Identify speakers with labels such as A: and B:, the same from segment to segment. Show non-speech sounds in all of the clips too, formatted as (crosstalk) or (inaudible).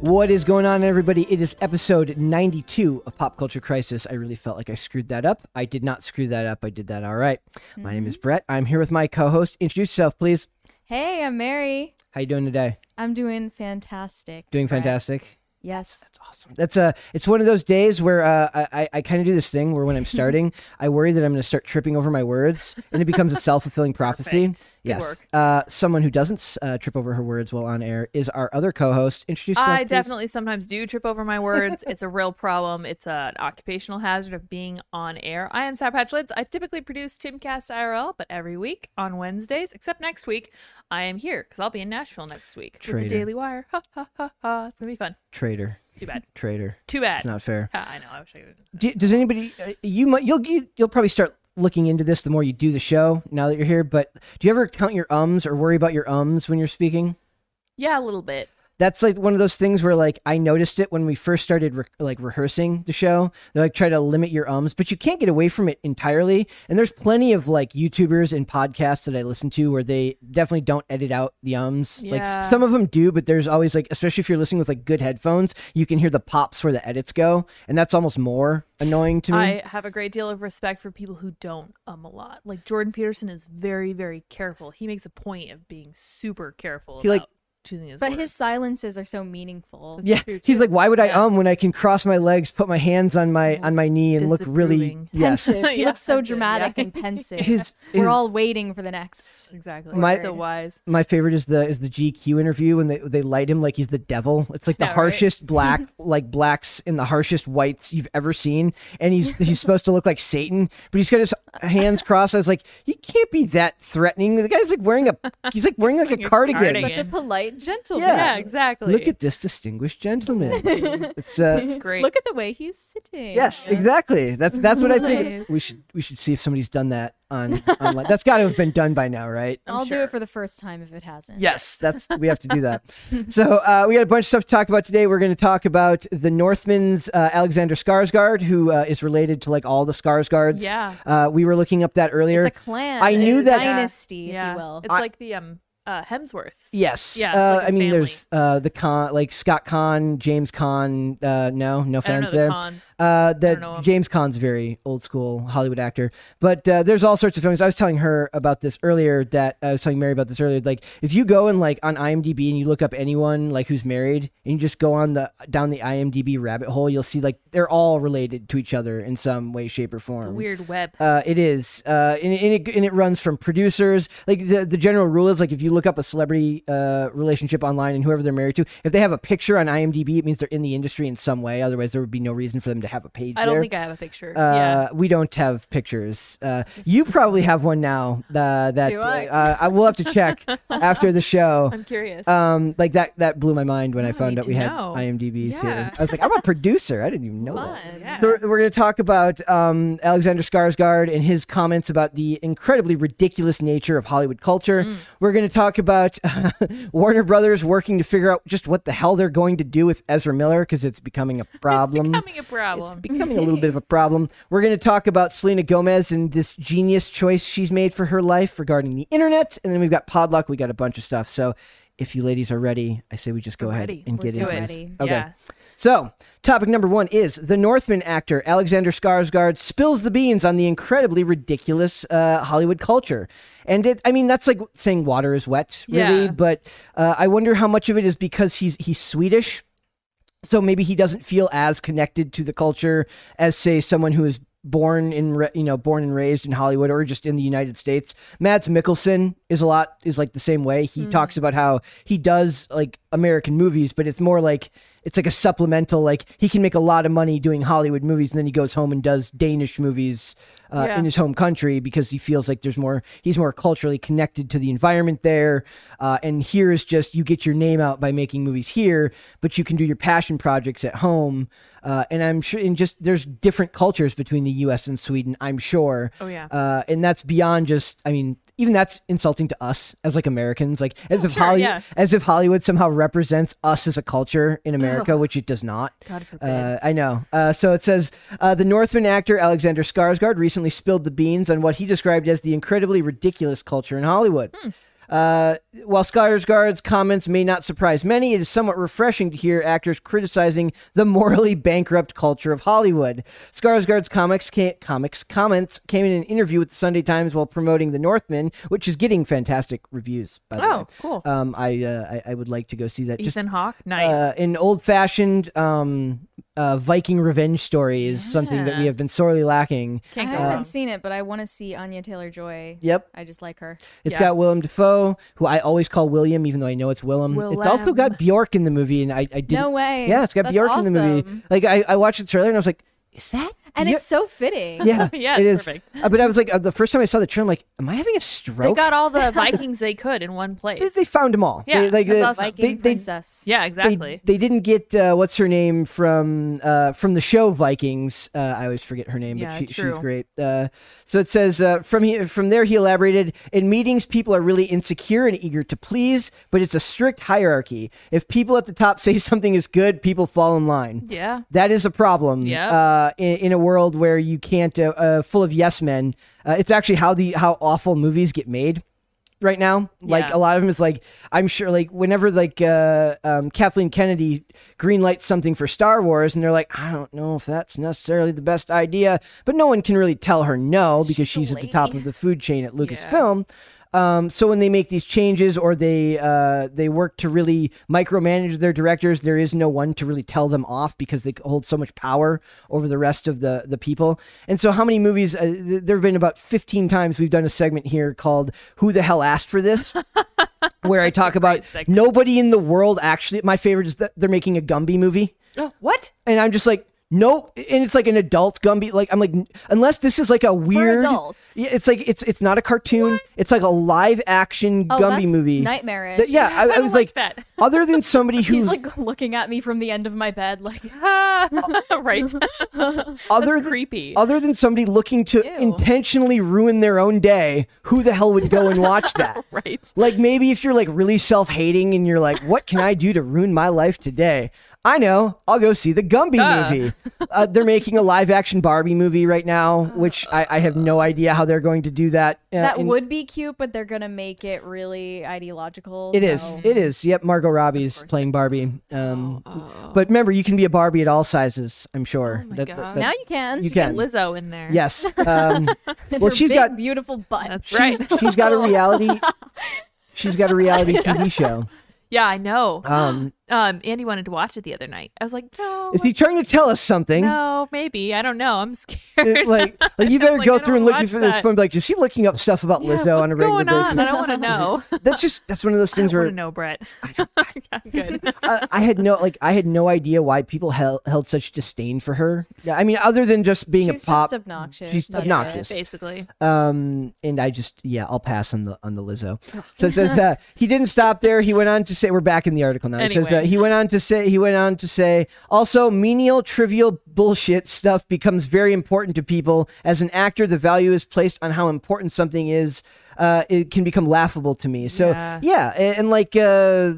A: What is going on, everybody? It is episode 92 of Pop Culture Crisis. I really felt like I screwed that up. I did not screw that up. I did that all right. My name is
B: Mm-hmm.
A: Brett. I'm here with my co-host. Introduce yourself, please.
C: Hey, I'm Mary.
A: How you doing today?
C: I'm doing fantastic.
A: Doing
C: Brett.
A: fantastic.
C: Yes.
A: That's a. It's one of those days where uh, I I, I kind of do this thing where when
B: (laughs)
A: I'm starting, I worry that I'm going to start tripping over my words, and it
B: (laughs)
A: becomes a self fulfilling prophecy.
B: Perfect. Good
A: Yes.
B: work.
A: Uh, someone who doesn't uh, trip over her words while on air is our other co-host. Introduce yourself.
B: I
A: please.
B: definitely sometimes do trip over my words. it's a real problem. It's an occupational hazard of being on air. I am Sarah Patchlitz. I typically produce Timcast IRL, but every week on Wednesdays, except next week, I am here because I'll be in Nashville next week
A: Traitor.
B: with the Daily Wire. Ha ha ha ha! It's gonna be fun.
A: traitor.
B: Too bad.
A: Traitor.
B: Too bad.
A: It's not fair.
B: Ha, I know. I wish I could.
A: Do, does anybody uh, you might you'll you, you'll probably start looking into this the more you do the show now that you're here but do you ever count your ums or worry about your ums when you're speaking
B: Yeah, a little bit.
A: that's like one of those things where like i noticed it when we first started re- like rehearsing the show they like try to limit your ums but you can't get away from it entirely and there's plenty of like youtubers and podcasts that i listen to where they definitely don't edit out the ums
B: Yeah.
A: like some of them do but there's always like especially if you're listening with like good headphones you can hear the pops where the edits go and that's almost more annoying to me
B: I have a great deal of respect for people who don't um a lot. Like Jordan Peterson is very, very careful. He makes a point of being super careful
A: He, like-
B: about choosing his
C: But
B: words.
C: his silences are so meaningful.
A: Yeah,
B: true,
A: he's
B: too.
A: like, why would I
B: Yeah.
A: um when I can cross my legs, put my hands on my on my knee, and look really
B: Disapproving.
A: yes.
C: Pensive. (laughs) He
B: (laughs) Yeah,
C: looks so
B: that's it, yeah.
C: dramatic and
A: (laughs)
C: pensive.
A: His- his-
C: We're all waiting for the next.
B: Exactly.
A: My-
B: so wise.
A: My favorite is the is the GQ interview when they they light him like he's the devil. It's like the
B: Yeah, right. (laughs)
A: harshest black like blacks and the harshest whites you've ever seen, and
B: (laughs)
A: he's he's supposed to look like Satan, but he's got his hands crossed. I was like, you can't be that threatening. The guy's like wearing a he's like wearing like a
B: (laughs) Wearing a
A: cardigan.
B: cardigan.
C: Such a polite gentleman.
A: Yeah.
B: Yeah, exactly.
A: Look at this distinguished
B: (laughs)
A: gentleman. it's uh,
B: It's great.
C: Look at the way he's sitting.
A: Yes, exactly. That's that's what I
B: (laughs) Nice.
A: think we should we should see if somebody's done that on online. That's got to have been done by now, right?
C: I'll do
B: sure.
C: it for the first time if it hasn't.
A: Yes, that's we have to do
B: (laughs)
A: that. So uh, we got a bunch of stuff to talk about today. We're going to talk about the Northman's uh, Alexander Skarsgård, who uh, is related to like all the Skarsgårds.
B: Yeah.
A: uh, we were looking up that earlier.
C: It's a clan.
A: I knew
C: a
A: that-
C: Dynasty, if
B: yeah.
C: you will.
B: It's like the um uh Hemsworths.
A: Yes.
B: Yeah, it's
A: Uh,
B: like a
A: I mean,
B: family.
A: there's uh, the con, like Scott Con, James Con. Uh, no, no
B: I don't know
A: fans
B: the
A: there.
B: cons.
A: Uh,
B: don't know
A: that
B: him.
A: James Caan's very old school Hollywood actor, but uh, there's all sorts of films. I was telling her about this earlier. That I was telling Mary about this earlier. Like if you go and like on IMDb and you look up anyone like who's married, and you just go on the down the IMDb rabbit hole, you'll see like they're all related to each other in some way, shape, or form.
B: The weird web.
A: Uh, it is, uh, and, and, it, and it runs from producers. Like the, the general rule is, like if you look up a celebrity uh, relationship online and whoever they're married to, if they have a picture on IMDb, it means they're in the industry in some way. Otherwise, there would be no reason for them to have a page.
B: I don't
A: there.
B: think I have a picture.
A: Uh,
B: yeah.
A: We don't have pictures. Uh, you probably have one now.
B: (laughs)
A: Uh, that
C: Do I?
A: Uh, I will have to check after the show.
B: I'm curious.
A: Um, like that that blew my mind when I
B: I
A: found
B: need
A: out
B: to
A: we had
B: know.
A: IMDb's here.
B: Yeah.
A: I was like, I'm
B: (laughs)
A: a producer. I didn't even know that.
C: Fun.
B: Yeah.
A: So we're- we're going to talk about um, Alexander Skarsgård and his comments about the incredibly ridiculous nature of Hollywood culture.
B: Mm.
A: We're going to talk about (laughs) Warner Brothers working to figure out just what the hell they're going to do with Ezra Miller because it's becoming a problem.
B: It's becoming a problem.
A: It's becoming
B: (laughs)
A: a little bit of a problem. We're going to talk about Selena Gomez and this genius choice she's made for her life regarding the internet. And then we've got Podluck. We got a bunch of stuff. So if you ladies are ready, I say we just go
B: We're
A: ahead
B: ready.
A: and
C: We're
A: get
C: so
A: into
C: ready.
A: this. Okay.
B: Yeah.
A: So, topic number one is the Northman actor Alexander Skarsgård spills the beans on the incredibly ridiculous uh, Hollywood culture, and it, I mean that's like saying water is wet, really.
B: Yeah.
A: But uh, I wonder how much of it is because he's he's Swedish, so maybe he doesn't feel as connected to the culture as say someone who is born in ra- you know born and raised in Hollywood or just in the United States. Mads Mikkelsen is a lot is like the same way. He talks about how he does like American movies, but it's more like it's like a supplemental. Like he can make a lot of money doing Hollywood movies, and then he goes home and does Danish movies uh,
B: Yeah.
A: in his home country because he feels like there's more. He's more culturally connected to the environment there. Uh, and here is just you get your name out by making movies here, but you can do your passion projects at home. Uh, and I'm sure, and just there's different cultures between the U.S. and Sweden. I'm sure.
B: Oh, yeah.
A: Uh, and that's beyond just. I mean, even that's insulting to us as like Americans. Like as if
B: sure,
A: Hollywood,
B: yeah.
A: as if Hollywood somehow represents us as a culture in America, which it does not.
B: God forbid.
A: Uh, I know. Uh, so it says uh, the Northman actor Alexander Skarsgård recently spilled the beans on what he described as the incredibly ridiculous culture in Hollywood.
B: Hmm.
A: Uh, while Skarsgård's comments may not surprise many, it is somewhat refreshing to hear actors criticizing the morally bankrupt culture of Hollywood. Skarsgård's comics ca- comics comments came in an interview with the Sunday Times while promoting The Northman, which is getting fantastic reviews. By the
B: Oh,
A: way.
B: cool.
A: Um, I, uh, I I would like to go see that. just
B: Ethan Hawke, nice.
A: uh, an old-fashioned um, uh, Viking revenge story is something that we
B: Yeah.
A: have been sorely lacking.
C: I
B: Can't go
C: haven't
B: wrong.
C: seen it, but I want to see Anya Taylor Joy.
A: Yep,
C: I just like her.
A: it's
B: Yeah.
A: got Willem Dafoe, who I always call William, even though I know it's Willem. It's also
B: Willem.
A: got Bjork in the movie, and I, I didn't.
C: No way.
A: Yeah, it's got
C: That's
A: Bjork in the movie.
C: awesome.
A: Like I, I watched the trailer and I was like, is that?
C: And
A: Bjor-"
B: (laughs)
C: it's so fitting.
A: yeah,
B: Yeah,
A: it
B: it's
A: is.
B: perfect.
A: Uh, but I was like, uh, the first time I saw the trailer, I'm like, am I having a stroke?
B: they got
A: (laughs)
B: all (laughs) the Vikings they could in one place.
A: They- they found them all.
B: Yeah,
A: they, like,
B: that's
A: they-
B: awesome.
C: Viking
A: they- they-
C: princess.
B: yeah,
A: they-
B: exactly.
A: They, didn't get uh, what's her name from uh, from the show Vikings. Uh, I always forget her name,
B: Yeah,
A: but she, she's
B: true.
A: great. Uh, so it says uh, from he, from there he elaborated in meetings people are really insecure and eager to please, but it's a strict hierarchy. If people at the top (laughs) say something is good, people fall in line.
B: yeah.
A: That is a problem.
B: Yeah.
A: Uh, in, in a world where you can't, uh, uh, full of yes men. Uh, it's actually how the how awful movies get made right now. Like
B: Yeah.
A: a lot of them is like I'm sure like whenever like uh, um, Kathleen Kennedy greenlights something for Star Wars and they're like I don't know if that's necessarily the best idea, but no one can really tell her no because she's at the top of the food chain at Lucasfilm. Um, so when they make these changes or they uh, they work to really micromanage their directors, there is no one to really tell them off because they hold so much power over the rest of the the people. And so how many movies? Uh, th- there have been about fifteen times we've done a segment here called "Who the hell asked for this." Where
C: (laughs)
A: I talk about
B: segment.
A: nobody in the world actually. My favorite is that they're making a Gumby movie
B: (laughs) Oh, what?
A: and I'm just like, nope. And it's like an adult Gumby. Like I'm like, n- unless this is like a weird.
C: adults.
A: Yeah, it's like it's it's not a cartoon. It's like a live action
C: Oh,
A: Gumby
C: that's
A: movie.
C: Nightmarish.
A: That- yeah, I, I,
B: don't
A: was
B: like
A: like,
B: that.
A: other
C: (laughs)
A: than somebody who
C: He's like looking at me from the end of my bed, like
B: Ah, right.
A: (laughs) other
B: (laughs) That's
A: than-
B: creepy.
A: Other than somebody looking to
C: Ew.
A: intentionally ruin their own day, who the hell would go and watch that?
B: (laughs) right.
A: Like maybe if you're like really self-hating and you're like, what can I do to ruin my life today? I know, I'll go see the Gumby
B: Duh.
A: movie. Uh, they're making a live-action Barbie movie right now, which I, I have no idea how they're going to do that. uh,
C: (laughs) that
A: in-
C: would be cute, but they're gonna make it really ideological.
A: It is.
C: so-
A: It is. Yep. Margot Robbie's playing Barbie. Um,
C: Oh.
A: But remember, you can be a Barbie at all sizes. I'm sure.
B: my God.
A: that-
C: now you can. (laughs)
A: You
C: She
A: can.
B: Lizzo in
C: (laughs)
B: there.
A: Yes. Um,
C: can-
A: well,
C: her
A: she's
C: big,
A: got-
C: beautiful butt.
B: That's
A: (laughs)
B: right.
A: she's got a reality.
C: (laughs)
A: She's got a reality TV show.
B: yeah, I know.
A: Um,
B: Um, Andy wanted to watch it the other night. I was like, no.
A: is he trying to tell us something?
B: No, maybe. I don't know. I'm (laughs)
A: It-
B: scared.
A: like, like, you better
B: like,
A: go
B: I don't
A: through and look
B: watch
A: for the
B: that.
A: phone. Be like, is he looking up stuff about
B: Yeah,
A: Lizzo on
B: what's
A: a regular
B: going on?
A: basis?
B: (laughs) I don't want
A: (laughs)
B: to know.
A: That's just that's one of those things
B: I want
A: where
B: to
A: (laughs)
B: know, Brett. (laughs) I'm good.
A: I, I had no like I had no idea why people held held such disdain for her. Yeah, I mean, other than just being
C: She's
A: a pop.
C: just obnoxious.
A: she's
C: That's it.
A: obnoxious. (laughs)
C: (laughs)
B: Basically. (laughs)
A: Um, and I just yeah, I'll pass on the on the Lizzo.
B: Oh.
A: So it says
B: (laughs)
A: uh, he didn't stop there. He went on to say, "We're back in the article now." It says
B: Anyway.
A: uh, he went on to say he went on to say also menial, trivial bullshit stuff becomes very important to people. As an actor, the value is placed on how important something is. Uh, it can become laughable to me. So
B: Yeah.
A: yeah, a- and, like. Uh,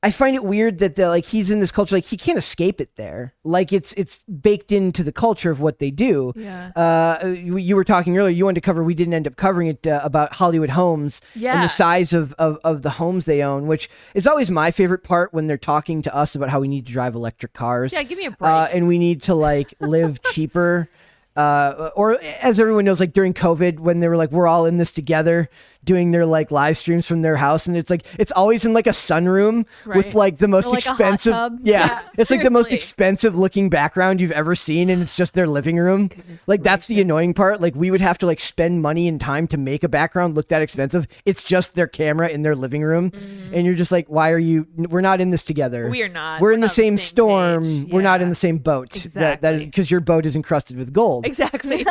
A: I find it weird that the, like he's in this culture, like he can't escape it there. Like it's it's baked into the culture of what they do
B: Yeah.
A: uh, you you were talking earlier. You wanted to cover. We didn't end up covering it uh, about Hollywood homes and
B: Yeah.
A: the size of, of of the homes they own, which is always my favorite part when they're talking to us about how we need to drive electric cars.
B: Yeah, give me a break.
A: Uh, and we need to like
B: (laughs)
A: live cheaper. Uh, or as everyone knows, like during COVID, when they were like, "We're all in this together," doing their like live streams from their house, and it's like it's always in like a sunroom with
B: Right.
A: like the most
C: Or, like, a hot
A: expensive.
C: tub.
A: Yeah,
B: Yeah,
A: it's like the most
B: seriously.
A: expensive looking background you've ever seen, and it's just their living room. like that's the annoying part. Like we would have to like spend money and time to make a background look that expensive. It's just their camera in their living room, and you're just like, why are you? We're not in this together.
B: Mm-hmm. We are not.
A: We're in the
B: We're not on the
A: same,
B: same
A: storm.
B: page.
A: We're not in
B: Yeah.
A: the same boat. That, that is
B: Exactly.
A: because your boat is encrusted with gold.
B: Exactly.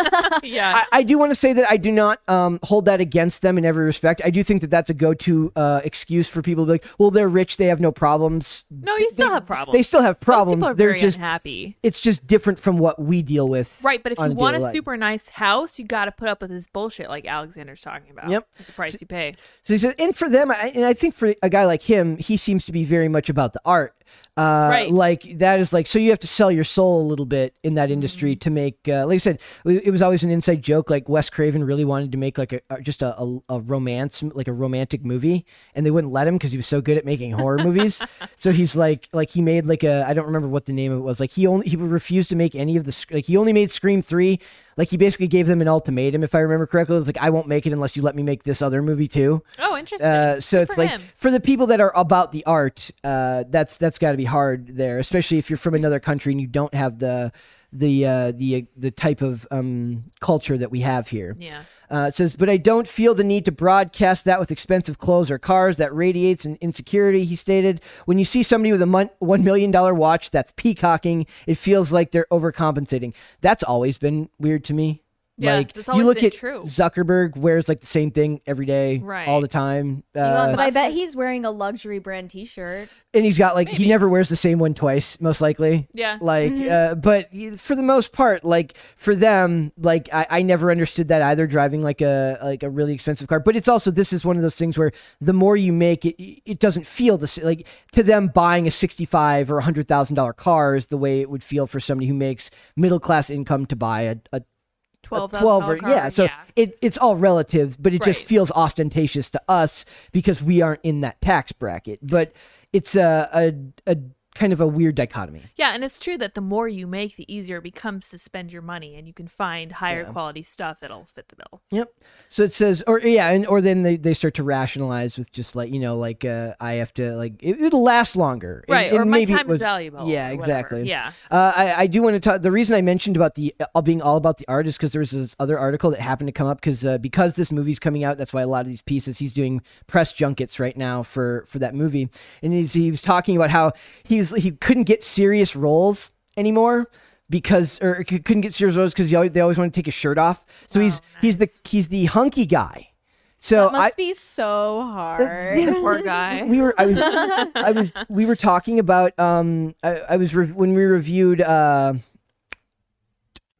B: yeah.
A: I, I do want to say that I do not um, hold that against them in every respect. I do think that that's a go-to uh, excuse for people to be like, "Well, they're rich; they have no problems."
B: no, you still have problems.
A: They still have problems.
B: Most people are
A: they're
B: very
A: just
B: unhappy.
A: it's just different from what we deal with.
B: Right, but if
A: on
B: you want
A: daily
B: a
A: life.
B: super nice house, you got to put up with this bullshit like Alexander's talking about.
A: Yep.
B: It's a price you pay.
A: So he said, and for them, I, and I think for a guy like him, he seems to be very much about the art. Uh,
B: Right.
A: Like that is like so you have to sell your soul a little bit in that industry to make. Uh, like I said, it was always an inside joke. Like Wes Craven really wanted to make like a uh, just a, a, a romance, like a romantic movie, and they wouldn't let him because he was so good at making horror movies. So he's like, like he made like a I don't remember what the name of it was. Like he only he refused to make any of the sc- like he only made Scream three. Like he basically gave them an ultimatum, if I remember correctly. It was like I won't make it unless you let me make this other movie too.
B: Oh, interesting.
A: Uh, so
B: Good
A: it's
B: for
A: like
B: him.
A: for the people that are about the art, uh, that's that's got to be hard there, especially if you're from another country and you don't have the the uh, the the type of um, culture that we have here.
B: yeah.
A: Uh, it says, but I don't feel the need to broadcast that with expensive clothes or cars. That radiates an insecurity, he stated. When you see somebody with a mon- $1 million watch that's peacocking, it feels like they're overcompensating. That's always been weird to me.
B: Yeah,
A: like,
B: that's
A: you
B: always
A: look
B: been
A: at
B: true.
A: Zuckerberg wears like the same thing every day,
B: Right.
A: all the time.
B: Elon
A: Uh,
C: But I bet
B: Musk's-
C: he's wearing a luxury brand T-shirt.
A: and he's got like, he
B: Maybe.
A: never wears the same one twice, most likely.
B: Yeah.
A: Like, uh, but y- for the most part, like for them, like I, I never understood that either. Driving like a like a really expensive car, but it's also this is one of those things where the more you make it, it doesn't feel the s- like to them buying a sixty five or a hundred thousand dollar car is the way it would feel for somebody who makes middle class income to buy a, a
B: Twelve
A: a
B: thousand dollar car.
A: yeah. So it it's all relatives, but it just
B: Right.
A: feels ostentatious to us because we aren't in that tax bracket. But it's a a, a kind of a weird dichotomy.
B: Yeah, and it's true that the more you make, the easier it becomes to spend your money, and you can find higher quality stuff that'll fit the bill.
A: Yep. So it says, or yeah, and or then they, they start to rationalize with just like you know, like uh, I have to like it, it'll last longer, And-
B: Right, or
A: and
B: my
A: maybe it
B: time's
A: was-
B: valuable,
A: Yeah,
B: or whatever.
A: exactly.
B: Yeah.
A: uh, I, I do want to talk. The reason I mentioned about the all being all about the art is because there was this other article that happened to come up because uh, because this movie's coming out, that's why a lot of these pieces he's doing press junkets right now for for that movie, and he's, he was talking about how he's he couldn't get serious roles anymore. Because or c- couldn't get serious roles because they always want to take his shirt off. So he's he's the he's the hunky guy. So
C: Oh, That
A: I,
C: must be so
A: (laughs)
C: hard.
B: Poor guy.
A: we were I was, I was we were talking about um I, I was re- when we reviewed uh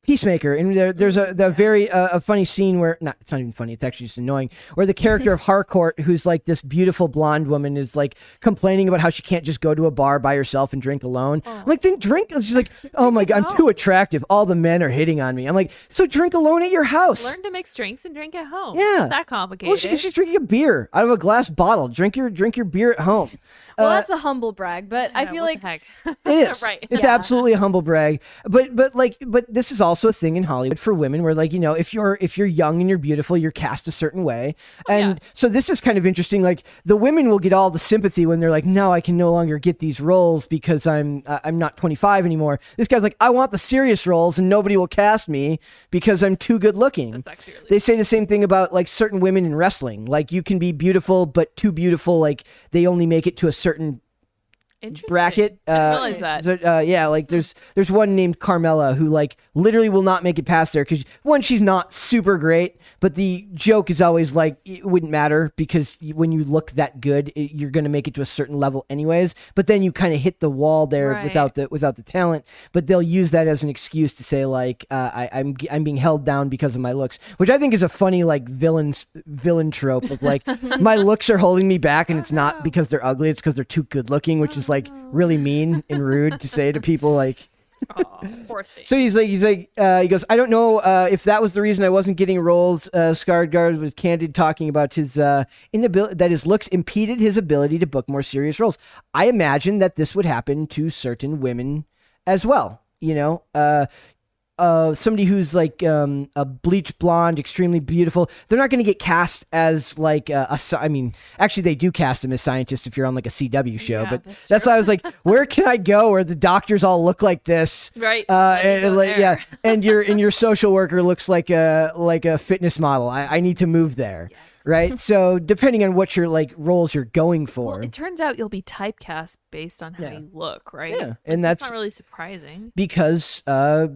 A: Peacemaker, and there, there's a the very uh, a funny scene where not it's not even funny, it's actually just annoying. Where the character of Harcourt, who's like this beautiful blonde woman, is like complaining about how she can't just go to a bar by herself and drink alone. I'm like, then drink. She's like, oh my god, I'm too attractive. All the men are hitting on me. I'm like, so drink alone at your house.
B: Learn to mix drinks and drink at home.
A: Yeah.
B: It's not that complicated.
A: well, she, she's drinking a beer out of a glass bottle. Drink your drink your beer at home.
C: well,
A: Uh,
C: that's a humble brag, but I
B: Yeah,
C: feel
B: what
C: like
B: the heck.
A: It is.
B: Right.
A: It's absolutely a humble brag. But but like but this is also a thing in Hollywood for women where like, you know, if you're if you're young and you're beautiful, you're cast a certain way.
B: Oh,
A: And so this is kind of interesting like the women will get all the sympathy when they're like, "No, I can no longer get these roles because I'm uh, I'm not 25 anymore." This guy's like, "I want the serious roles and nobody will cast me because I'm too good looking."
B: That's actually really
A: they say the same thing about like certain women in wrestling. Like you can be beautiful but too beautiful like they only make it to a certain
B: (laughs) interesting.
A: bracket.
B: I didn't
A: uh,
B: realize that.
A: so, uh, yeah, like there's there's one named Carmela who like literally will not make it past there because one she's not super great, but the joke is always like it wouldn't matter because y- when you look that good, it, you're gonna make it to a certain level anyways. But then you kind of hit the wall there
B: Right.
A: without the without the talent. But they'll use that as an excuse to say like uh, I, I'm g- I'm being held down because of my looks, which I think is a funny like villain s- villain trope of like my looks are holding me back, and it's not because they're ugly, it's because they're too good looking, which is like really mean and rude to say to people like.
B: Aw, Oh,
A: (laughs)
B: poor thing.
A: So he's like, he's like, uh, he goes, I don't know uh, if that was the reason I wasn't getting roles. Uh, Skarsgård was candid talking about his uh, inability that his looks impeded his ability to book more serious roles. I imagine that this would happen to certain women as well. You know, uh, uh, somebody who's like um, a bleach blonde, extremely beautiful, they're not going to get cast as like uh, a, a. sci- I mean, actually, they do cast them as scientists if you're on like a CW show.
B: Yeah,
A: but
B: that's
A: that's, why I was like, where can I go where the doctors all look like this?
B: Right.
A: Uh,
B: Let me
A: and,
B: go
A: like, yeah,
B: there.
A: and your and
B: (laughs)
A: your social worker looks like a like a fitness model. I, I need to move there,
B: (laughs)
A: right? So depending on what your like roles you're going for,
B: Well, it turns out you'll be typecast based on how
A: Yeah.
B: you look, right?
A: Yeah,
B: Like,
A: and
B: not
A: that's-
B: really surprising.
A: because uh,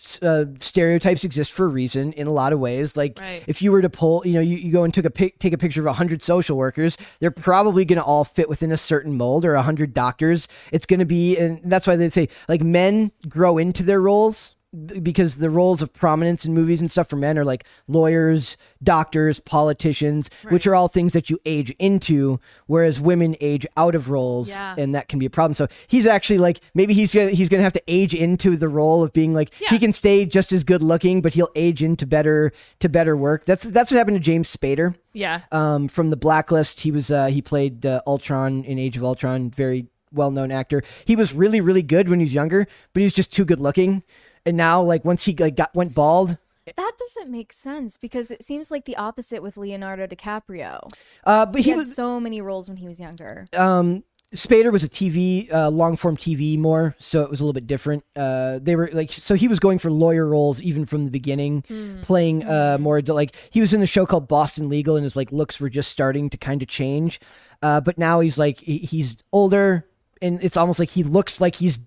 A: s- uh, stereotypes exist for a reason in a lot of ways. Like
B: Right.
A: if you were to pull, you know, you, you go and took a pic, take a picture of hundred social workers, they're probably going to all fit within a certain mold or hundred doctors. It's going to be, and that's why they say like men grow into their roles b- because the roles of prominence in movies and stuff for men are like lawyers, doctors, politicians, which are all things that you age into, whereas women age out of roles,
B: Yeah.
A: and that can be a problem. So he's actually like maybe he's gonna he's gonna have to age into the role of being like
B: Yeah.
A: he can stay just as good looking, but he'll age into better to better work. That's that's what happened to James Spader
B: Yeah.
A: um, from the Blacklist. He was uh, he played uh, Ultron in Age of Ultron, very well known actor. He was really really good when he was younger, but he was just too good looking. And now like once he like, got went bald,
C: That doesn't make sense because it seems like the opposite with Leonardo DiCaprio.
A: uh, but
C: He,
A: he
C: had
A: was
C: so many roles when he was younger.
A: um Spader was a TV uh, long form TV more, so it was a little bit different. Uh, they were like so he was going for lawyer roles even from the beginning,
B: Hmm.
A: playing uh, more adult- like he was in the show called Boston Legal, and his like looks were just starting to kind of change. Uh, but now he's like he- he's older, and it's almost like he looks like he's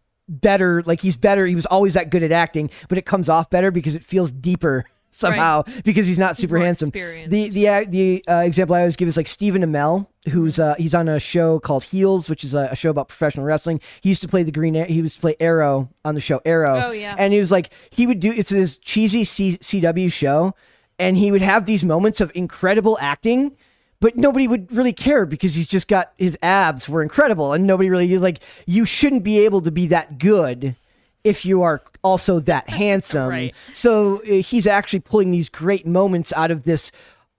A: better. Like he's better. He was always that good at acting, but it comes off better because it feels deeper (laughs) somehow because he's not
B: He's
A: super
B: more
A: handsome.
B: experienced.
A: The the uh, the uh, example I always give is like Stephen Amell, who's uh, he's on a show called Heels, which is a, a show about professional wrestling. He used to play the Green. Ar- He used to play Arrow on the show Arrow.
B: Oh, yeah.
A: And he was like he would do it's this cheesy C- CW show, and he would have these moments of incredible acting. But nobody would really care because he's just got his abs were incredible, and nobody really like you shouldn't be able to be that good if you are also that handsome.
B: (laughs) Right.
A: So uh, he's actually pulling these great moments out of this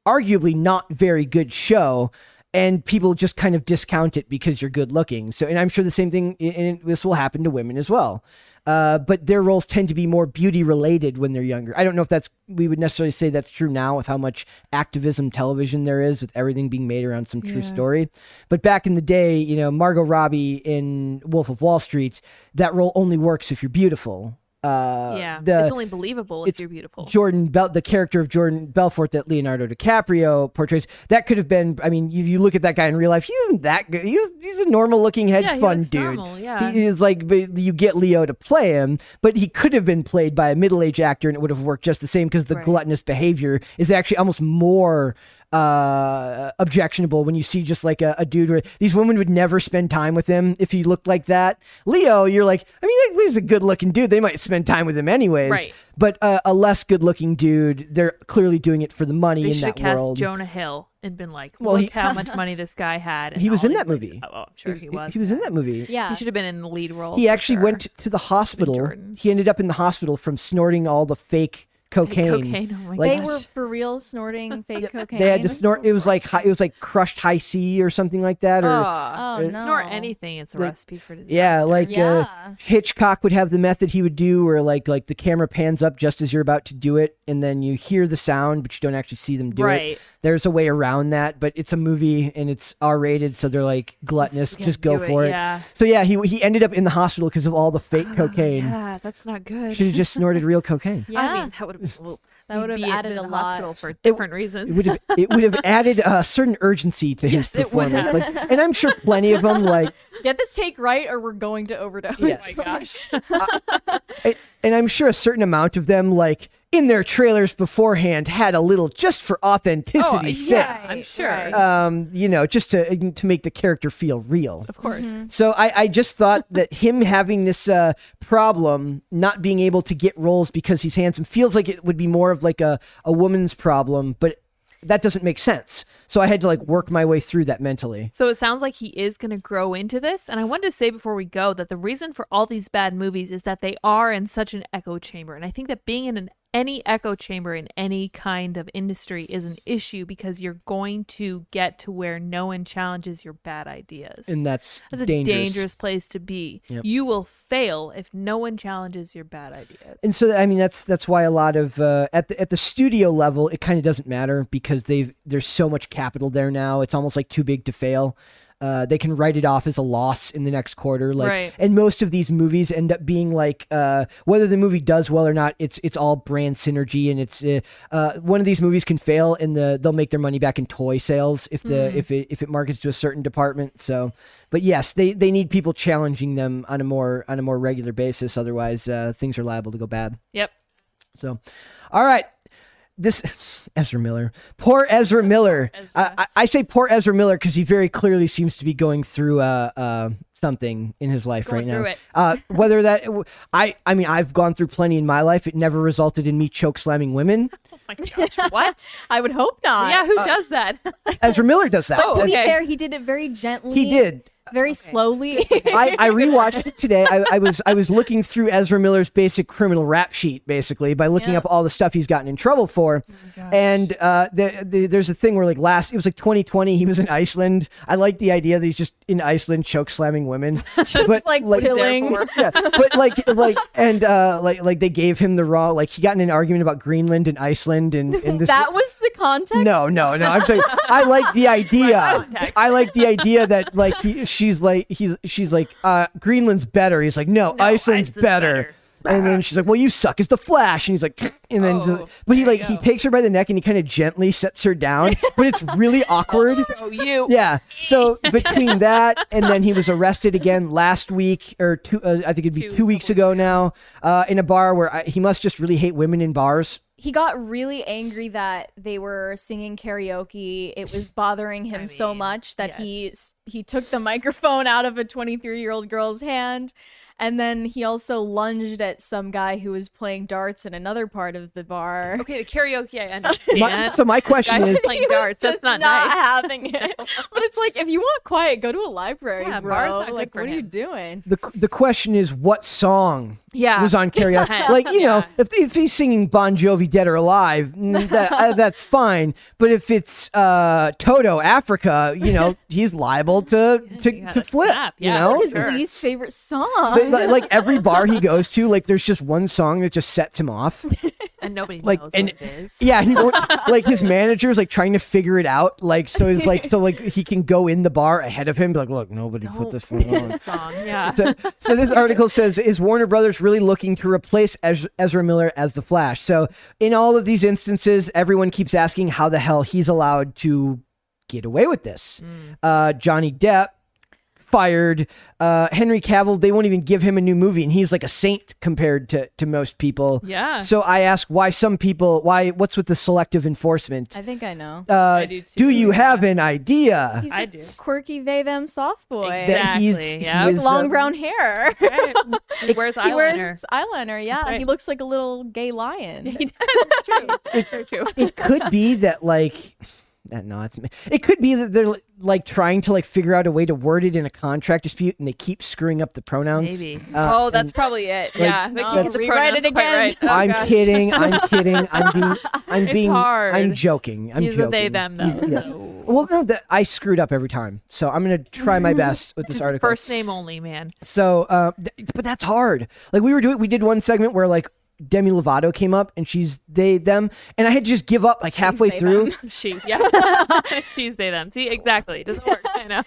A: arguably not very good show. And people just kind of discount it because you're good looking. So, and I'm sure the same thing, and this will happen to women as well. Uh, but their roles tend to be more beauty related when they're younger. I don't know if that's, we would necessarily say that's true now with how much activism television there is, with everything being made around some true story. But back in the day, you know, Margot Robbie in Wolf of Wall Street, that role only works if you're beautiful. Uh,
B: yeah.
A: the-
B: it's only believable if
A: it's
B: you're beautiful.
A: Jordan Bel- the character of Jordan Belfort that Leonardo DiCaprio portrays, that could have been. I mean, you, you look at that guy in real life, he isn't that good. He's, he's a normal looking hedge
B: Yeah, he
A: fund
B: looks
A: dude.
B: normal, yeah.
A: he is like but you get Leo to play him, but he could have been played by a middle aged actor, and it would have worked just the same because the
B: Right.
A: gluttonous behavior is actually almost more uh objectionable when you see just like a, a dude where these women would never spend time with him if he looked like that leo you're like i mean that- he's a good looking dude they might spend time with him anyways
B: Right.
A: but uh, a less good looking dude they're clearly doing it for the money
B: They
A: in
B: should have
A: that
B: cast
A: world
B: Jonah Hill and been like,
A: Well,
B: look
A: he- (laughs)
B: how much money this guy had. and
A: He was
B: all
A: in
B: these
A: that
B: things."
A: movie.
B: Oh, well, I'm sure he, was.
A: he was in that movie
C: Yeah.
B: He should have been in the lead role.
A: he
B: for
A: actually
B: sure.
A: went to the hospital
B: Jordan.
A: he ended up in the hospital from snorting all the fake cocaine,
B: cocaine, oh my
A: like,
C: they were for real snorting fake cocaine.
A: they had to snort it was like high, it was like crushed high c or something like that or
B: Ah,
C: Oh,
B: it's nor
C: no.
B: anything. It's a
A: Like,
B: recipe for disaster.
A: Yeah, like
C: Yeah.
A: uh, Hitchcock would have the method he would do, where like like the camera pans up just as you're about to do it, and then you hear the sound, but you don't actually see them do
B: Right.
A: it. There's a way around that, but it's a movie and it's R-rated, so they're like gluttonous.
B: gonna
A: Just go
B: do it,
A: for it.
B: yeah. Oh,
A: So yeah, he he ended up in the hospital because of all the fake cocaine.
B: Yeah, that's not good.
A: Should have just snorted real
B: (laughs)
A: cocaine.
C: yeah.
B: I mean, that would have well,
C: That
B: we'd
C: would've
B: be in-
C: added
B: been
C: a
B: in the
C: lot.
B: hospital for different reasons.
A: It
B: (laughs)
A: would Oh have it would have added a certain urgency to his
B: Yes, it would
A: performance. Like, and I'm sure plenty of them like
C: Get this take right or we're going to overdose.
A: Yeah.
B: oh my gosh.
A: I- and I'm sure a certain amount of them, like in their trailers beforehand, had a little just for
B: oh,
A: authenticity
B: yeah, I'm
C: Right,
B: sure.
C: right.
A: Um, you know, just to to make the character feel real.
B: of course.
A: So I, I just thought
B: (laughs)
A: that him having this uh, problem, not being able to get roles because he's handsome, feels like it would be more of like a, a woman's problem, but that doesn't make sense. So I had to like work my way through that mentally.
B: So it sounds like he is going to grow into this. And I wanted to say before we go that the reason for all these bad movies is that they are in such an echo chamber. And I think that being in an any echo chamber in any kind of industry is an issue because you're going to get to where no one challenges your bad ideas.
A: and that's,
B: That's a
A: dangerous.
B: dangerous, place to be.
A: Yep.
B: You will fail if no one challenges your bad ideas.
A: And so, I mean, that's that's why a lot of uh, at the at the studio level, it kind of doesn't matter because they've there's so much capital there now. It's almost like too big to fail. Uh, they can write it off as a loss in the next quarter, like,
B: Right.
A: and most of these movies end up being like, uh, whether the movie does well or not, it's it's all brand synergy, and it's uh, uh, one of these movies can fail, and the they'll make their money back in toy sales if the if it if it markets to a certain department. So, but yes, they they need people challenging them on a more on a more regular basis, otherwise uh, things are liable to go bad.
B: yep.
A: So, all right. This (laughs) Ezra Miller, poor Ezra Miller. I, I, I say poor Ezra Miller because he very clearly seems to be going through uh, uh, something in his life
B: Going
A: right
B: through
A: now.
B: it.
A: Uh, whether that I, I mean, I've gone through plenty in my life. It never resulted in me choke slamming
B: (laughs)
A: women.
B: My gosh, what?
C: (laughs) I would hope not.
B: yeah, who does that? (laughs)
A: Ezra Miller does that.
B: Oh,
C: To be
B: Okay.
C: fair, he did it very gently.
A: He did.
C: Very slowly.
A: I, I rewatched it today. I, I was I was looking through Ezra Miller's basic criminal rap sheet, basically by looking
C: Yeah. Oh
A: up all the stuff he's gotten in trouble for. and uh, the, the, there's a thing where like last it was like 2020, he was in Iceland. I like the idea that he's just in Iceland choke slamming
C: (laughs)
A: women, just
C: like, chilling.
A: yeah, but like like and uh, like like they gave him the raw like he got in an argument about Greenland and Iceland and and this
C: (laughs) (laughs) that was the context.
A: no, no, no. I'm saying I like the idea.
B: context.
A: I like the idea that like he, she's like he's she's like uh, Greenland's better. He's like no,
B: No,
A: Iceland's,
B: Iceland's
A: better.
B: better.
A: And then she's like, "Well, you suck." It's the Flash, and he's like, (sniffs) and then,
B: Oh,
A: but he
B: there
A: like
B: you
A: he
B: go.
A: takes her by the neck and he kind of gently sets her down, but it's really awkward.
B: Oh, you.
A: (laughs) Yeah. So between that and then he was arrested again last week or two, uh, I think it'd be two,
B: Two,
A: weeks
B: couple
A: ago now, uh, in a bar where I, he must just really hate women in bars.
C: He got really angry that they were singing karaoke. It (laughs) was bothering him so
B: mean,
C: much that he
B: yes.
C: s- he took the microphone out of a 23-year-old girl's hand. And then he also lunged at some guy who was playing darts in another part of the bar.
B: Okay, the karaoke, I
A: My,
B: understand.
A: so my question
B: Guys
A: is,
B: are playing darts. That's
C: Just
B: not, nice.
C: having
B: (laughs)
C: it. but it's like if you want quiet, go to a library,
B: Yeah,
C: bro.
B: bar's not good
C: like,
B: for
C: what are you
B: him.
C: doing?
A: the the question is what song
C: Yeah.
A: was on
B: (laughs)
A: karaoke like you know if, if he's singing bon jovi dead or
B: (laughs)
A: alive mm, that, uh, that's fine but if it's uh toto africa you
B: (laughs)
A: know he's liable to to, to
B: you gotta
A: flip
B: snap.
A: you
B: Yeah,
A: know
B: for Sure.
C: least favorite song.
A: They- li- like every bar
B: (laughs)
A: he goes to like there's just one song that just sets him off
B: And nobody
A: Like,
B: knows
A: and-
B: what it is.
A: yeah he won't
B: (laughs)
A: like his manager's like trying to figure it out like so he's like so like he can go in the bar ahead of him be like look nobody put
B: Don't
A: this one on
B: Song,
A: (laughs)
B: yeah.
A: so, so this article says is Warner Brothers really looking to replace Ez- Ezra Miller as the Flash? So in all of these instances, everyone keeps asking how the hell he's allowed to get away with this.
B: Mm.
A: Uh, Johnny Depp fired uh, Henry Cavill. They won't even give him a new movie, and he's like a saint compared to to most people.
B: Yeah.
A: So I ask why some people why what's with the selective enforcement?
C: I think I know.
A: Uh,
B: I do too.
A: you have an idea?
C: He's
B: I
C: a
B: do.
C: quirky they them soft boy.
B: Exactly.
A: he
B: yeah.
A: is,
C: Long
A: uh,
C: brown
B: (laughs)
C: hair.
B: (laughs) Right. He wears
C: he
B: eyeliner. (laughs)
C: wears eyeliner. Yeah,
B: right.
C: he looks like a little gay lion.
B: (laughs) He does. It's true. It's
A: (laughs)
B: true, too.
A: it could be that like uh, no it's it could be that they're like trying to like figure out a way to word it in a contract dispute and they keep screwing up the pronouns
B: Maybe.
A: Uh,
B: oh, that's probably it. yeah. Vicky
C: no,
B: gets the
C: rewrite it
B: pronouns quite
C: again.
B: Right. Oh,
A: I'm
B: gosh.
A: kidding. I'm
B: (laughs)
A: kidding. I'm being. I'm
B: It's
A: being.
B: hard.
A: I'm joking. I'm
B: He's
A: joking.
B: a they them though.
A: Yeah. Well, no, that I screwed up every time, so I'm gonna try
B: (laughs)
A: my best with this
B: Just
A: article.
B: first name only, man.
A: So, uh, th- but that's hard. Like we were doing, we did one segment where like Demi Lovato came up and she's they them, and I had to just give up like halfway
C: they,
A: through.
B: (laughs) She, yeah. (laughs) She's they them. See, exactly. It doesn't work. I know.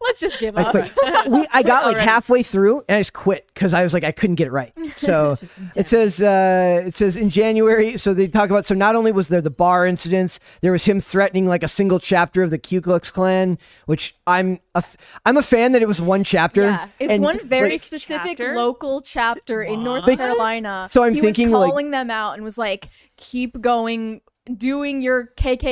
C: Let's just give
A: I
C: up.
A: quit. we, I got like halfway through and I just quit because I was like I couldn't get it right. So it says uh, it says in January. So they talk about so not only was there the bar incidents, there was him threatening like a single chapter of the Ku Klux Klan, which I'm a f- I'm a fan that it was one chapter.
C: Yeah, it's
A: and,
C: one very
A: like,
C: specific
B: chapter?
C: local chapter in North
B: What?
C: Carolina.
A: So I'm
C: he
A: thinking,
C: was
A: like-
C: calling them out and was like, "Keep going, doing your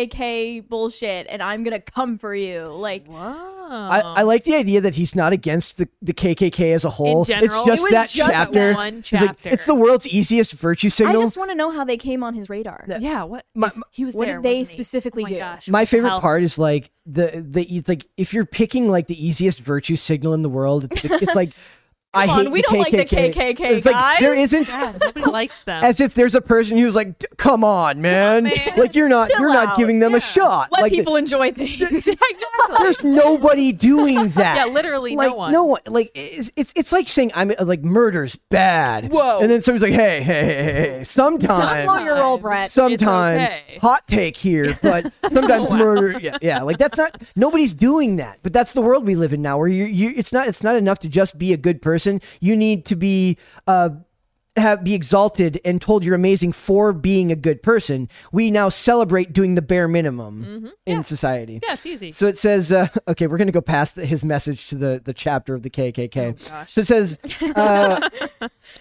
C: KKK bullshit, and I'm gonna come for you." Like,
B: Wow.
A: I, I like the idea that he's not against the, the KKK as a whole.
B: general?
A: it's just
B: It was
A: that
B: just
A: chapter.
B: one
A: It's like,
B: chapter.
A: it's the world's easiest virtue
C: I
A: signal.
C: just want to know how they came on his radar.
B: (laughs) yeah. What?
A: My-
B: is- he was
C: What
B: there,
C: did they
B: wasn't he?
C: specifically
B: oh my
C: do?
B: Gosh.
A: My favorite
B: How-
A: part is like the the it's like if you're picking like the easiest virtue signal in the world, it's, it's like I
C: (laughs) Come on,
A: hate
C: we
A: the
C: don't like the KKK
A: It's like
C: guy.
A: there isn't
B: God, nobody likes them.
A: as if there's a person who's like, "D- come on, man,
B: man.
A: like you're not
C: Chill
A: you're
C: out.
A: not giving them a shot.
C: Let
A: like the-
C: people (laughs) enjoy things.
A: there's nobody
C: (laughs)
A: doing that.
B: yeah, literally
A: like
B: no one.
A: like it's, it's it's like saying I'm like murder's bad.
B: Whoa.
A: And then somebody's like, hey, hey, hey, hey, hey, sometimes
C: Slow your roll, Brett.
A: sometimes
B: okay.
A: hot take
B: (laughs)
A: here, but sometimes murder. Yeah, yeah, like that's not nobody's doing that. But that's the world we live in now, where you you it's not it's not enough to just be a good person. You need to be uh have be exalted and told you're amazing for being a good person. We now celebrate doing the bare minimum in society.
B: Mm-hmm. Yeah, it's easy.
A: So it says, uh, (laughs) okay, we're going to go past the, his message to the, the chapter of the KKK.
B: Oh, gosh.
A: So it
B: (laughs)
A: says, uh,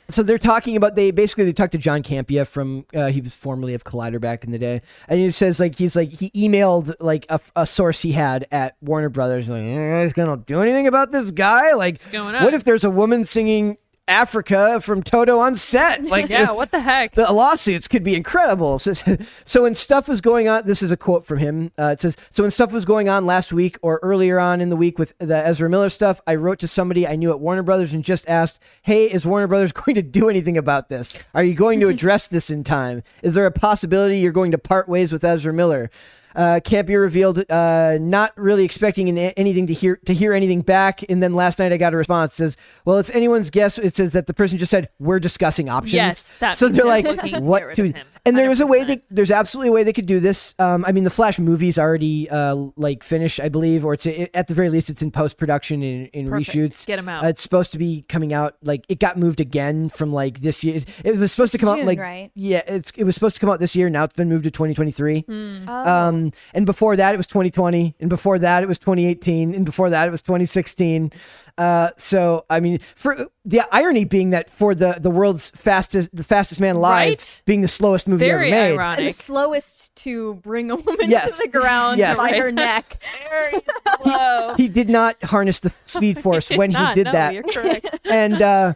A: so they're talking about, they basically, they talked to John Campia from, uh, he was formerly of Collider back in the day. And he says like, he's like, he emailed like a, a source he had at Warner Brothers. Like, you guys going to do anything about this guy? Like,
B: going
A: what
B: on?
A: if there's a woman singing Africa from Toto on set?
B: (laughs)
A: (laughs) Like,
B: yeah, what the heck?
A: the lawsuits could be incredible. So, (laughs) so when stuff was going on, this is a quote from him. Uh, it says, "So when stuff was going on last week or earlier on in the week with the Ezra Miller stuff, I wrote to somebody I knew at Warner Brothers and just asked, "Hey, is Warner Brothers (laughs) going to do anything about this? Are you going to address this in time? Is there a possibility you're going to part ways with Ezra Miller?" Uh, can't be revealed. Uh, not really expecting an- anything to hear to hear anything back. And then last night I got a response. It says, "Well, it's anyone's guess." It says that the person just said, "We're discussing options."
B: Yes, that
A: so
B: means
A: they're
B: they're
A: like,
B: looking to get
A: what
B: rid of
A: to?
B: him.
A: And there is a way
B: 100%.
A: they, there's absolutely a way they could do this. Um, I mean, the Flash movie's already uh, like finished, I believe, or it's at the very least it's in post production in, in
B: Perfect.
A: reshoots.
B: Get 'em out.
A: Uh, it's supposed to be coming out like it got moved again from like this year. It was supposed to come
C: June,
A: out like
C: right?
A: yeah, it's it was supposed to come out this year. Now it's been moved to 2023.
B: Hmm. Oh.
A: Um, and before that, it was 2020, and before that, it was 2018, and before that, it was 2016. Uh, so I mean, for the irony being that for the the world's fastest, the fastest man alive,
B: Right?
A: being the slowest movie ever
B: Very
A: made.
C: I'm the
B: ironic.
C: slowest to bring a woman
A: Yes.
C: to the ground
A: Yes.
C: by
A: (laughs)
C: her neck.
B: Very slow.
A: He did not harness the speed
B: (laughs)
A: force (laughs) when he
B: Not,
A: did
B: no,
A: that,
B: You're correct.
A: and uh,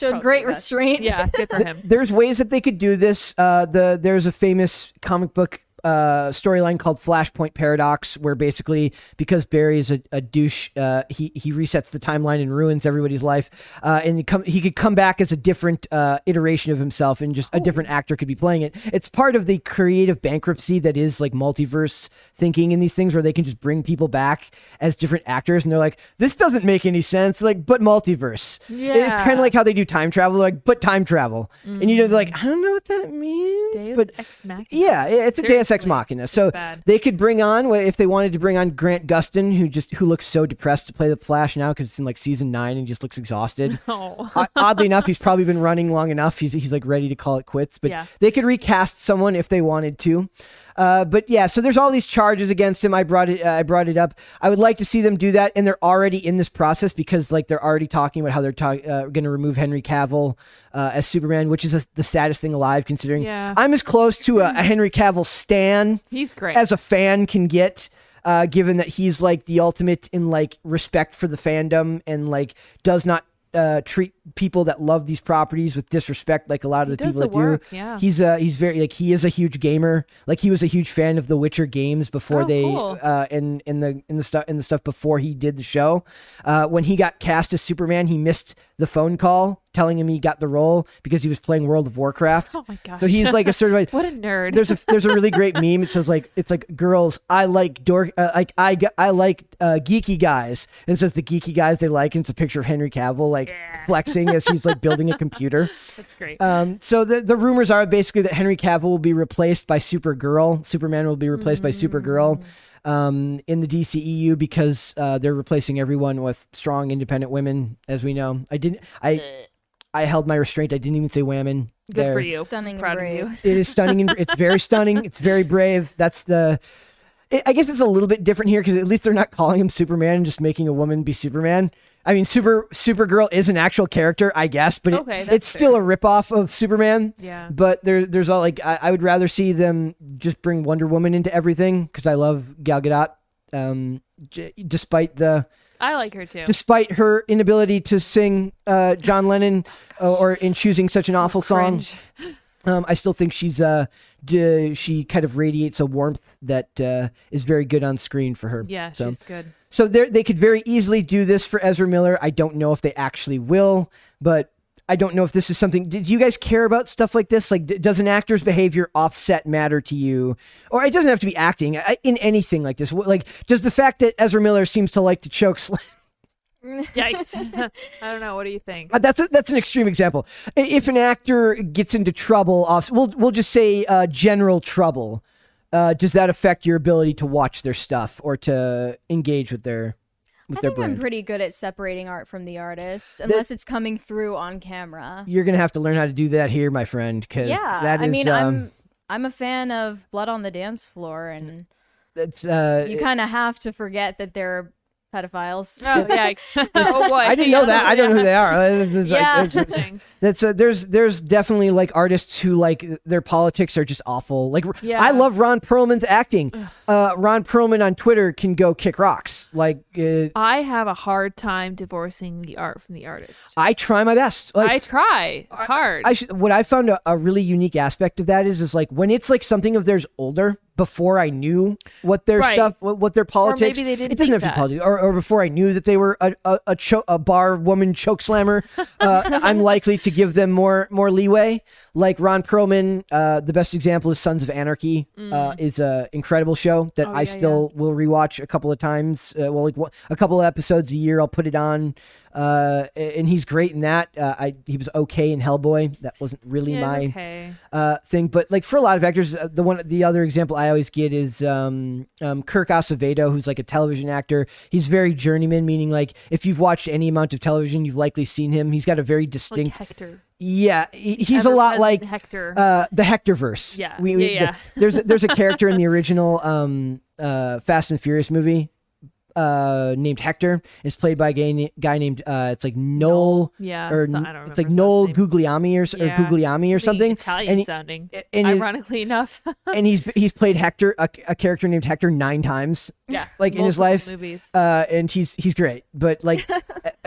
C: (laughs) Showed
B: probably
C: great
B: the best.
C: restraint.
B: Yeah,
A: (laughs)
B: good for him.
A: there's ways that they could do this. Uh, the there's a famous comic book uh, storyline called Flashpoint Paradox, where basically because Barry is a, a douche, uh, he he resets the timeline and ruins everybody's life. Uh, and he come he could come back as a different uh, iteration of himself, and just a different actor could be playing it. It's part of the creative bankruptcy that is like multiverse thinking in these things, where they can just bring people back as different actors, and they're like, this doesn't make any sense, like, but multiverse. it's
B: Yeah.
A: kind of like how they do time travel, they're like, but time travel. And you know, they're like, I don't know what that means.
B: Mm. Deus
A: but
B: ex machina.
A: yeah, it- it's a Deus Ex
B: Seriously.
A: Machina. So
B: bad.
A: they could bring on wh- if they wanted to bring on Grant Gustin, who just who looks so depressed to play the Flash now because it's in like season nine and he just looks exhausted.
B: Oh. (laughs)
A: O- Oddly enough, he's probably been running long enough. He's he's like ready to call it quits. But
B: Yeah.
A: they could recast someone if they wanted to. Uh, but yeah, so there's all these charges against him. I brought it. Uh, I brought it up. I would like to see them do that, and they're already in this process because like they're already talking about how they're ta- uh, going to remove Henry Cavill uh, as Superman, which is a, the saddest thing alive. Considering
B: Yeah.
A: I'm as close to a, a Henry Cavill stan
B: He's great.
A: as a fan can get uh, given that he's like the ultimate in like respect for the fandom and like does not uh, treat people that love these properties with disrespect like a lot of the
B: does
A: people
B: the
A: that
B: work,
A: do
B: yeah.
A: he's uh he's very like he is a huge gamer like he was a huge fan of the witcher games before
B: Oh,
A: they
B: cool.
A: uh and in the in the stuff in the stuff before he did the show uh when he got cast as superman he missed the phone call telling him he got the role because he was playing world of warcraft
B: (laughs) Oh my
A: so
B: gosh.
A: he's like a certified
B: what a nerd.
A: there's a there's a really
B: (laughs)
A: great meme. It says like it's like girls. I like dork. Uh, like I g- I like uh, geeky guys. And it says the geeky guys they like. And it's a picture of Henry Cavill like flexing as he's like building a
B: (laughs)
A: computer.
B: That's great.
A: Um, so the the rumors are basically that Henry Cavill will be replaced by Supergirl. Superman will be replaced by Supergirl.
B: Mm.
A: Um, in the DCEU because uh, they're replacing everyone with strong independent women, as we know. I didn't. I I held my restraint. I didn't even say women.
B: good for you.
C: Stunning
B: Proud
C: and
B: of you.
A: It is stunning. And, it's very stunning. It's very brave. That's the. I I guess it's a little bit different here because at least they're not calling him Superman and just making a woman be Superman. I mean, Super Supergirl is an actual character, I guess, but it-
B: Okay, that's
A: it's still a ripoff of Superman.
B: Yeah.
A: But there, there's all like I, I would rather see them just bring Wonder Woman into everything because I love Gal Gadot, um, j- despite the
B: I like her too.
A: despite her inability to sing uh, John Lennon, uh, or in choosing such an awful song.
B: Cringe.
A: (laughs) Um, I still think she's uh, d- she kind of radiates a warmth that uh, is very good on screen for her.
B: Yeah,
A: so
C: (laughs)
B: she's good.
A: so there they could very easily do this for Ezra Miller. I don't know if they actually will, but I don't know if this is something. Did you guys care about stuff like this? Like, d- does an actor's behavior offset matter to you, or it doesn't have to be acting I, in anything like this? Wh- Like, does the fact that Ezra Miller seems to like to choke slam?
C: (laughs)
B: Yikes. (laughs) I don't know. What do you think?
A: Uh, That's a, that's an extreme example. I- If an actor gets into trouble, off we'll we'll just say uh, general trouble. Uh, does that affect your ability to watch their stuff or to engage with their with
C: I
A: their
C: think
A: brand?
C: I'm pretty good at separating art from the artist, unless it's coming through on camera.
A: You're gonna have to learn how to do that here, my friend. Because
C: Yeah,
A: that is
C: I mean,
A: um,
C: I'm I'm a fan of Blood on the Dance Floor, and
A: that's uh,
C: you kind of have to forget that they're pedophiles.
B: Oh,
A: (laughs)
B: yikes. (laughs) oh, boy.
A: I didn't know that. I don't know who they are. (laughs) It's like-
C: (laughs) Yeah.
A: it's- it's-
B: Interesting.
A: That's uh, there's there's definitely like artists who like their politics are just awful. Like r-
B: Yeah.
A: I love Ron Perlman's acting. Uh, Ron Perlman on Twitter can go kick rocks. Like uh,
B: (laughs) I have a hard time divorcing the art from the artist.
A: I try my best. Like
B: I try. It's hard.
A: I should, what I found a, a really unique aspect of that is is like when it's like something of theirs older before I knew what their
B: Right.
A: stuff what, what their politics
B: maybe they didn't
A: it doesn't
B: think
A: have to be
B: that.
A: politics or, or before I knew that they were a a, a, cho- a bar woman choke slammer
B: (laughs)
A: uh, I'm likely to give them more more leeway like Ron Perlman uh, the best example is Sons of Anarchy uh, is a incredible show that I
B: Mm. Oh, yeah,
A: still will rewatch a couple of times uh, well like one- a couple of episodes a year I'll put it on uh, and he's great in that uh, I he was okay in Hellboy that wasn't really
B: Yeah,
A: my
B: it's okay.
A: uh, thing. But like for a lot of actors, uh, the one the other example I always get is um, um, Kirk Acevedo, who's like a television actor. He's very journeyman, meaning like if you've watched any amount of television, you've likely seen him. He's got a very
B: Like
A: distinct.
B: Hector.
A: yeah, he- he's a lot
B: Ever-present
A: like
B: Hector.
A: uh, the Hectorverse.
B: Yeah,
A: we, we-
B: yeah,
A: the-
B: yeah.
A: there's a- there's a character
B: (laughs)
A: in the original um, uh, Fast and Furious movie. Uh, named Hector It's played by a guy, na- guy named uh, it's like Noel,
B: yeah.
A: or
B: it's not- I
A: N-
B: don't
A: it's
B: remember
A: like
B: his last
A: Noel
B: name.
A: Guglielmi or, s-
B: Yeah.
A: or Guglielmi or something.
B: Italian
A: and he-
B: sounding.
A: and his-
B: Ironically enough. (laughs)
A: and he's he's played Hector, a, a character named Hector, nine times,
B: yeah.
A: like in his
B: Multiple
A: life.
B: Movies.
A: Uh, and he's he's great, but
B: (laughs)
A: like uh,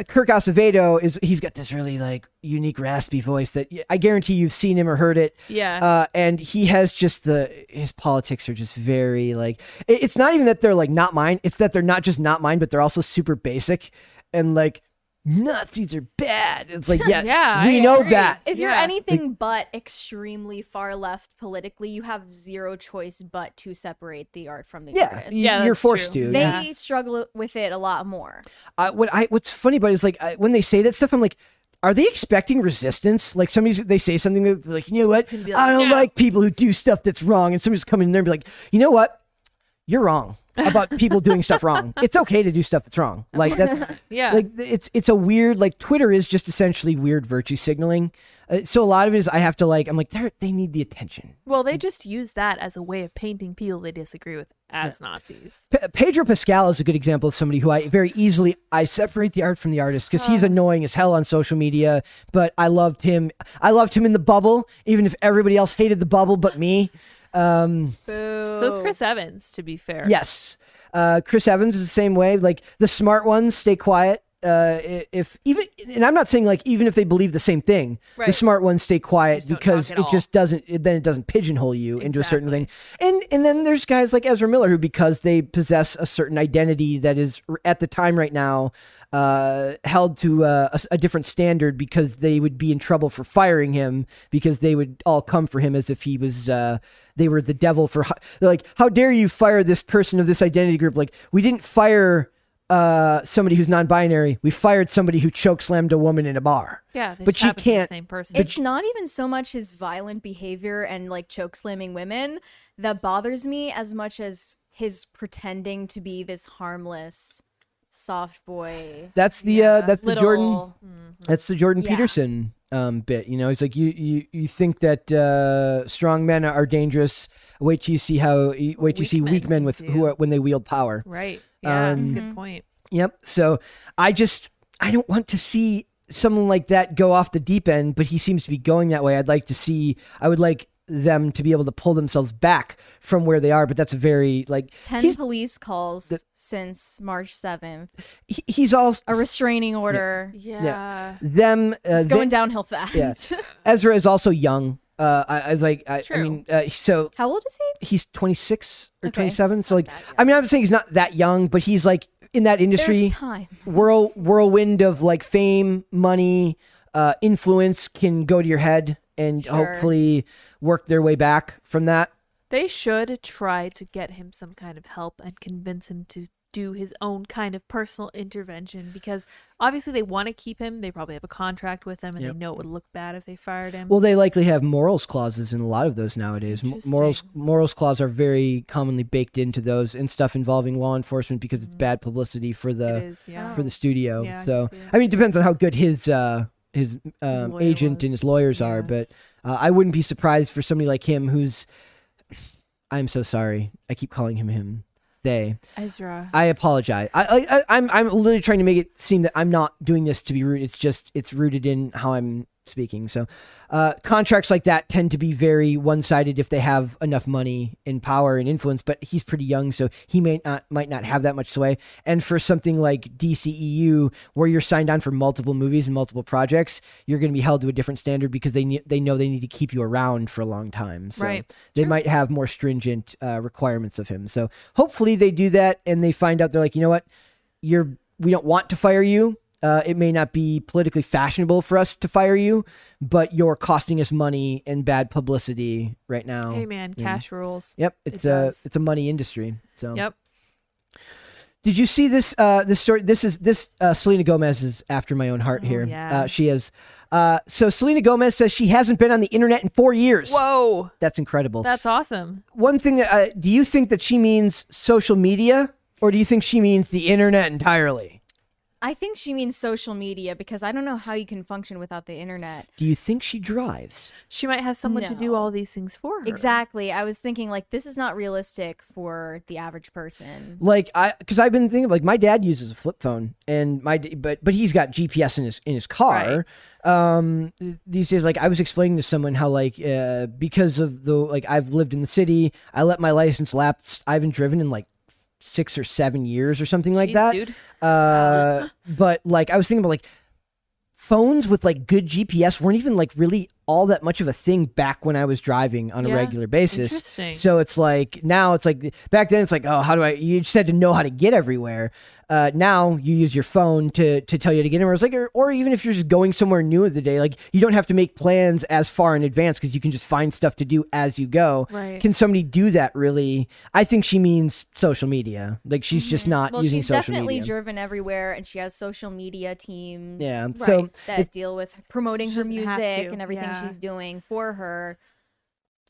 A: Kirk Acevedo is he's got this really like unique raspy voice that y- I guarantee you've seen him or heard it.
B: yeah.
A: Uh, and he has just the his politics are just very like it- it's not even that they're like not mine, it's that they're not just not mine, but they're also super basic and like Nazis are bad. It's
B: (laughs)
A: like yeah,
B: Yeah,
A: we
B: I
A: know
B: agree.
A: that.
C: If you're
B: Yeah.
C: anything but extremely far left politically, you have zero choice but to separate the art from the
A: Yeah,
C: artist.
A: y-
B: Yeah,
A: you're
B: that's
A: forced
B: true.
A: to.
C: They
A: yeah.
B: Yeah.
C: struggle with it a lot more.
A: I, Uh, what I what's funny about it is like I, when they say that stuff, I'm like, are they expecting resistance? Like somebody's they say something that they're like, you know what?
B: gonna be
A: I
B: like,
A: don't
B: "No."
A: like people who do stuff that's wrong, and somebody's coming in there and be like, you know what? You're wrong about people doing stuff wrong.
B: (laughs)
A: It's okay to do stuff that's wrong. Like that's
B: yeah.
A: like it's it's a weird like Twitter is just essentially weird virtue signaling. Uh, so a lot of it is I have to like I'm like they they need the attention.
B: well, they just use that as a way of painting people they disagree with as Nazis.
A: P- Pedro Pascal is a good example of somebody who I very easily I separate the art from the artist because he's annoying as hell on social media. But I loved him. I loved him in the bubble, even if everybody else hated the bubble but me. Um,
C: Boo.
B: So it's Chris Evans, to be fair.
A: yes, uh, Chris Evans is the same way. Like the smart ones stay quiet. Uh, i- if even and I'm not saying like even if they believe the same thing, the
B: Right.
A: smart ones stay quiet
B: Just don't
A: because
B: talk
A: it
B: at
A: just doesn't it, then it doesn't pigeonhole you into a certain thing. And and then there's guys like Ezra Miller who because they possess a certain identity that is r- at the time right now uh, held to uh, a, s- a different standard because they would be in trouble for firing him because they would all come for him as if he was uh, they were the devil for hi- they're like how dare you fire this person of this identity group like we didn't fire uh somebody who's non-binary we fired somebody who choke slammed a woman in a bar
B: Yeah. They
A: But
B: just
A: you
B: happen to be the
A: can't-
B: Same person.
C: It's not even so much his violent behavior and like choke slamming women that bothers me as much as his pretending to be this harmless soft boy.
A: that's the uh that's the
C: little
A: jordan
B: hmm.
A: That's the Jordan
C: Yeah.
A: Peterson um, bit. You know, he's like, you, you, you think that uh, strong men are dangerous. Wait till you see how. e, Wait till you
B: Weak
A: see weak
B: men
A: men with who
B: do.
A: are, when they wield power.
B: right. Yeah. that's a
C: Um,
B: good point.
A: Yep. So I just I don't want to see someone like that go off the deep end, but he seems to be going that way. I'd like to see. I would like them to be able to pull themselves back from where they are, but that's a very like
C: 10
A: he's
C: police calls since March 7th.
A: he, he's all
C: A restraining order.
B: Yeah.
A: them. Uh,
C: It's going
A: they-
C: (laughs) down downhill fast.
A: Yeah. Ezra is also young. Uh, I, I was like, I, I
B: True.
A: mean, uh, so
C: How old is he?
A: he's 26 or
C: Okay,
A: 27. So like,
C: not that
A: I mean, I'm saying he's not that young, but he's like in that industry
C: There's time.
A: whirl whirlwind of like fame, money, uh, influence can go to your head and
C: Sure.
A: hopefully work their way back from that.
B: They should try to get him some kind of help and convince him to do his own kind of personal intervention because obviously they want to keep him. They probably have a contract with him and
A: Yep.
B: they know it would look bad if they fired him.
A: Well, they likely have morals clauses in a lot of those nowadays. M- Morals morals clauses are very commonly baked into those and stuff involving law enforcement because
C: Mm.
A: it's bad publicity for
B: it
A: the
B: is, yeah.
A: uh, for the studio.
B: Yeah, I
A: so
B: can see that.
A: I mean, it depends on how good his uh, his, um,
B: lawyer
A: agent
B: was.
A: and his lawyers are,
B: Yeah.
A: but uh, I wouldn't be surprised for somebody like him who's. I'm so sorry. I keep calling him him. They.
B: Ezra.
A: I apologize. I, I, I I'm I'm literally trying to make it seem that I'm not doing this to be rude. It's just it's rooted in how I'm speaking. So, uh, contracts like that tend to be very one sided if they have enough money and power and influence. But he's pretty young, so he may not might not have that much sway. And for something like DCEU, where you're signed on for multiple movies and multiple projects, you're going to be held to a different standard because they ne- they know they need to keep you around for a long time. So
B: Right.
A: they
B: Sure.
A: might have more stringent uh, requirements of him. So hopefully they do that and they find out they're like, you know what, you're we don't want to fire you. Uh, it may not be politically fashionable for us to fire you, but you're costing us money and bad publicity right now.
B: hey man,
A: Oh, Yeah.
B: cash rules.
A: Yep, it's
B: It
A: a
B: does.
A: it's a money industry.
C: Oh.
A: So
B: Yep.
A: did you see this? Uh, this story. This is this. Uh, Selena Gomez is after my own heart
B: Oh,
A: here.
B: yeah.
A: Uh, she is. Uh, so Selena Gomez says she hasn't been on the internet in four years.
B: Whoa.
A: That's incredible.
B: That's awesome.
A: One thing. Uh, do you think that she means social media, or do you think she means the internet entirely?
C: I think she means social media because I don't know how you can function without the internet.
A: Do you think she drives?
B: She might have someone to do
C: No.
B: all these things for her.
C: Exactly. I was thinking like this is not realistic for the average person.
A: Like I, because I've been thinking like my dad uses a flip phone, and my d- but but he's got GPS in his in his car. Um, th- these days, like I was explaining to someone how like uh, because of the like I've lived in the city, I let my license lapse. I haven't driven in like six or seven years or something like
B: Jeez,
A: that.
B: dude.
A: Uh, but like I was thinking about like phones with like good GPS weren't even like really all that much of a thing back when I was driving on a
B: Yeah.
A: regular basis.
B: Interesting.
A: So it's like now it's like back then it's like oh how do I you just had to know how to get everywhere. Uh, now you use your phone to to tell you to get anywhere. It's like or, or even if you're just going somewhere new of the day, like you don't have to make plans as far in advance because you can just find stuff to do as you go.
B: Right.
A: Can somebody do that really? I think she means social media. Like she's just not
C: Well,
A: using
C: she's
A: social
C: definitely
A: media.
C: driven everywhere, and she has social media teams.
A: Yeah,
C: right,
A: so
C: that deal with promoting
B: She
C: her
B: doesn't
C: music
B: have to,
C: and everything
B: yeah.
C: she's doing for her.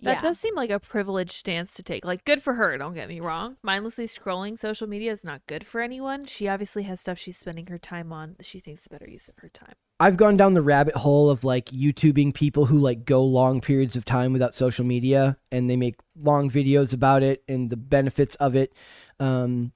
B: That
C: yeah.
B: does seem like a privileged stance to take. Like, good for her, don't get me wrong. Mindlessly scrolling social media is not good for anyone. She obviously has stuff she's spending her time on that she thinks is a better use of her time.
A: I've gone down the rabbit hole of like YouTubing people who like go long periods of time without social media and they make long videos about it and the benefits of it. Um,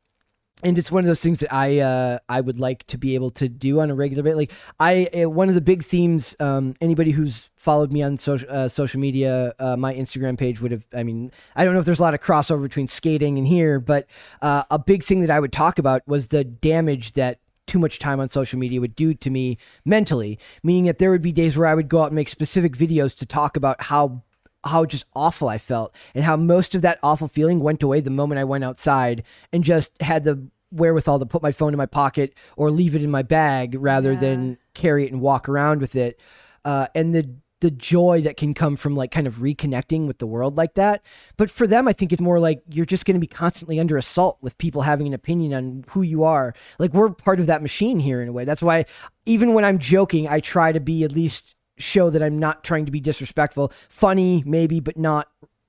A: and it's one of those things that I uh, I would like to be able to do on a regular basis. Like I, uh, one of the big themes. Um, anybody who's followed me on social uh, social media, uh, my Instagram page would have. I mean, I don't know if there's a lot of crossover between skating and here, but uh, a big thing that I would talk about was the damage that too much time on social media would do to me mentally. Meaning that there would be days where I would go out and make specific videos to talk about how how just awful I felt and how most of that awful feeling went away the moment I went outside and just had the wherewithal to put my phone in my pocket or leave it in my bag rather than carry it and walk around with it. Uh, and the the joy that can come from like kind of reconnecting with the world like that. But for them, I think it's more like you're just going to be constantly under assault with people having an opinion on who you are. Like we're part of that machine here in a way. That's why even when I'm joking, I try to be at least show that I'm not trying to be disrespectful. Funny, maybe, but not.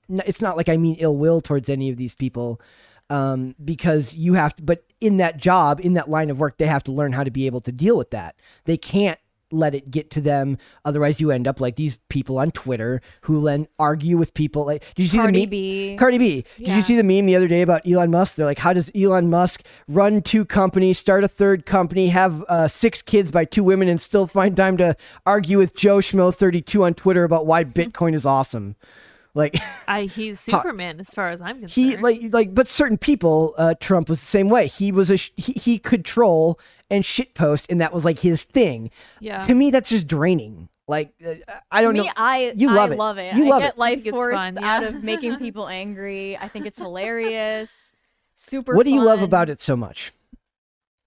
A: n- It's not like I mean ill will towards any of these people, um, because you have to. But in that job, in that line of work, they have to learn how to be able to deal with that. They can't let it get to them. Otherwise, you end up like these people on Twitter who then argue with people. Like, did you see
C: Cardi
A: the meme?
C: B.
A: Cardi B. Did
B: Yeah.
A: you see the meme the other day about Elon Musk? They're like, how does Elon Musk run two companies, start a third company, have uh, six kids by two women, and still find time to argue with Joe Schmo thirty two on Twitter about
C: (laughs)
A: why Bitcoin is awesome? Like
B: I he's Superman as far as I'm concerned.
A: (laughs) he like like but certain people uh, Trump was the same way. He was a sh- he, he could troll and shitpost, and that was like his thing.
B: Yeah.
A: To me, that's just draining. Like uh, I don't
C: Oh. me,
A: know.
C: I
A: You
C: I
A: love it.
C: love it.
A: You
C: I
A: love
C: get
A: it.
B: I
C: life
B: think it's
C: force
B: fun,
C: out
B: yeah.
C: of making
B: (laughs)
C: people angry. I think it's hilarious. Super.
A: What do you love
C: fun.
A: about it so much?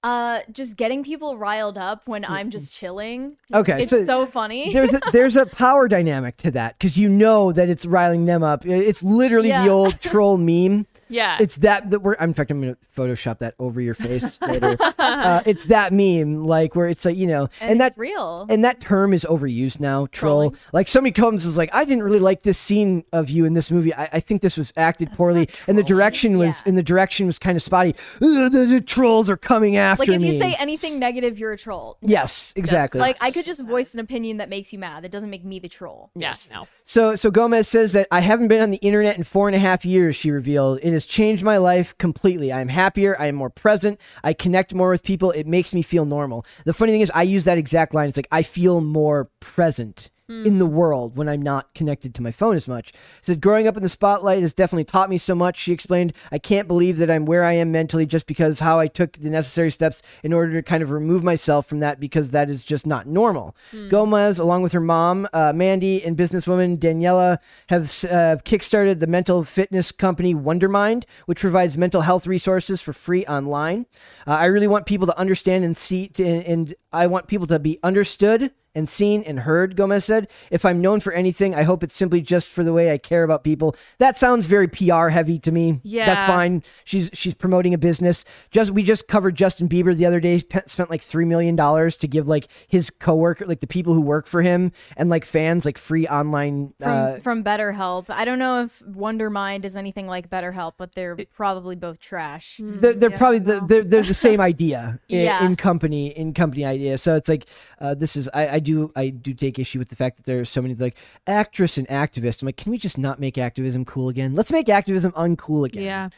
C: Uh, just getting people riled up when I'm just chilling.
A: Mm-hmm. Okay,
C: it's
A: so-
C: so, funny.
A: there's a, there's a power dynamic to that because you know that it's riling them up. I- It's literally
C: Yeah.
A: the
C: (laughs)
A: old troll meme.
B: Yeah.
A: It's that that we're. In fact, I'm gonna Photoshop that over your face (laughs) later. Uh, it's that meme, like where it's like you know,
C: And,
A: and that
C: it's real.
A: and that term is overused now troll like somebody comes and is like i didn't really like this scene of you in this movie i, I think this was acted poorly and the direction was
C: Yeah.
A: and the direction was kind of spotty Ugh, the, the trolls are coming after
C: like if
A: me
C: you say anything negative, you're a troll.
A: yes exactly
C: Like I could just voice an opinion that makes you mad. That doesn't make me the troll.
B: yeah. No.
A: so so gomez says that i haven't been on the internet in four and a half years she revealed it has changed my life completely i'm happier i am more present i connect more with people it makes me feel normal the funny thing is i use that exact line it's like i feel more present in the world when I'm not connected to my phone as much. Said growing up in the spotlight has definitely taught me so much. She explained, I can't believe that I'm where I am mentally just because how I took the necessary steps in order to kind of remove myself from that because that is just not normal. Gomez, along with her mom, uh, Mandy, and businesswoman Daniela, have uh, kickstarted the mental fitness company Wondermind, which provides mental health resources for free online. Uh, I really want people to understand and see, to, and I want people to be understood and seen and heard, Gomez said. If I'm known for anything, I hope it's simply just for the way I care about people. That sounds very PR heavy to me. That's
B: Yeah.
A: fine. She's she's promoting a business. Just we just covered Justin Bieber the other day, pe- spent like 3 million dollars to give like his coworker, like the people who work for him and like fans like free online
C: From,
A: uh
C: from BetterHelp. I don't know if Wondermind is anything like BetterHelp, but they're probably both trash.
A: they're, they're probably the, they're, they're the same
C: (laughs)
A: idea i- in,
C: Yeah.
A: company in company idea so it's like uh, this is I, I do i do take issue with the fact that there are so many like actress and activist i'm like can we just not make activism cool again let's make activism uncool again
B: Yeah.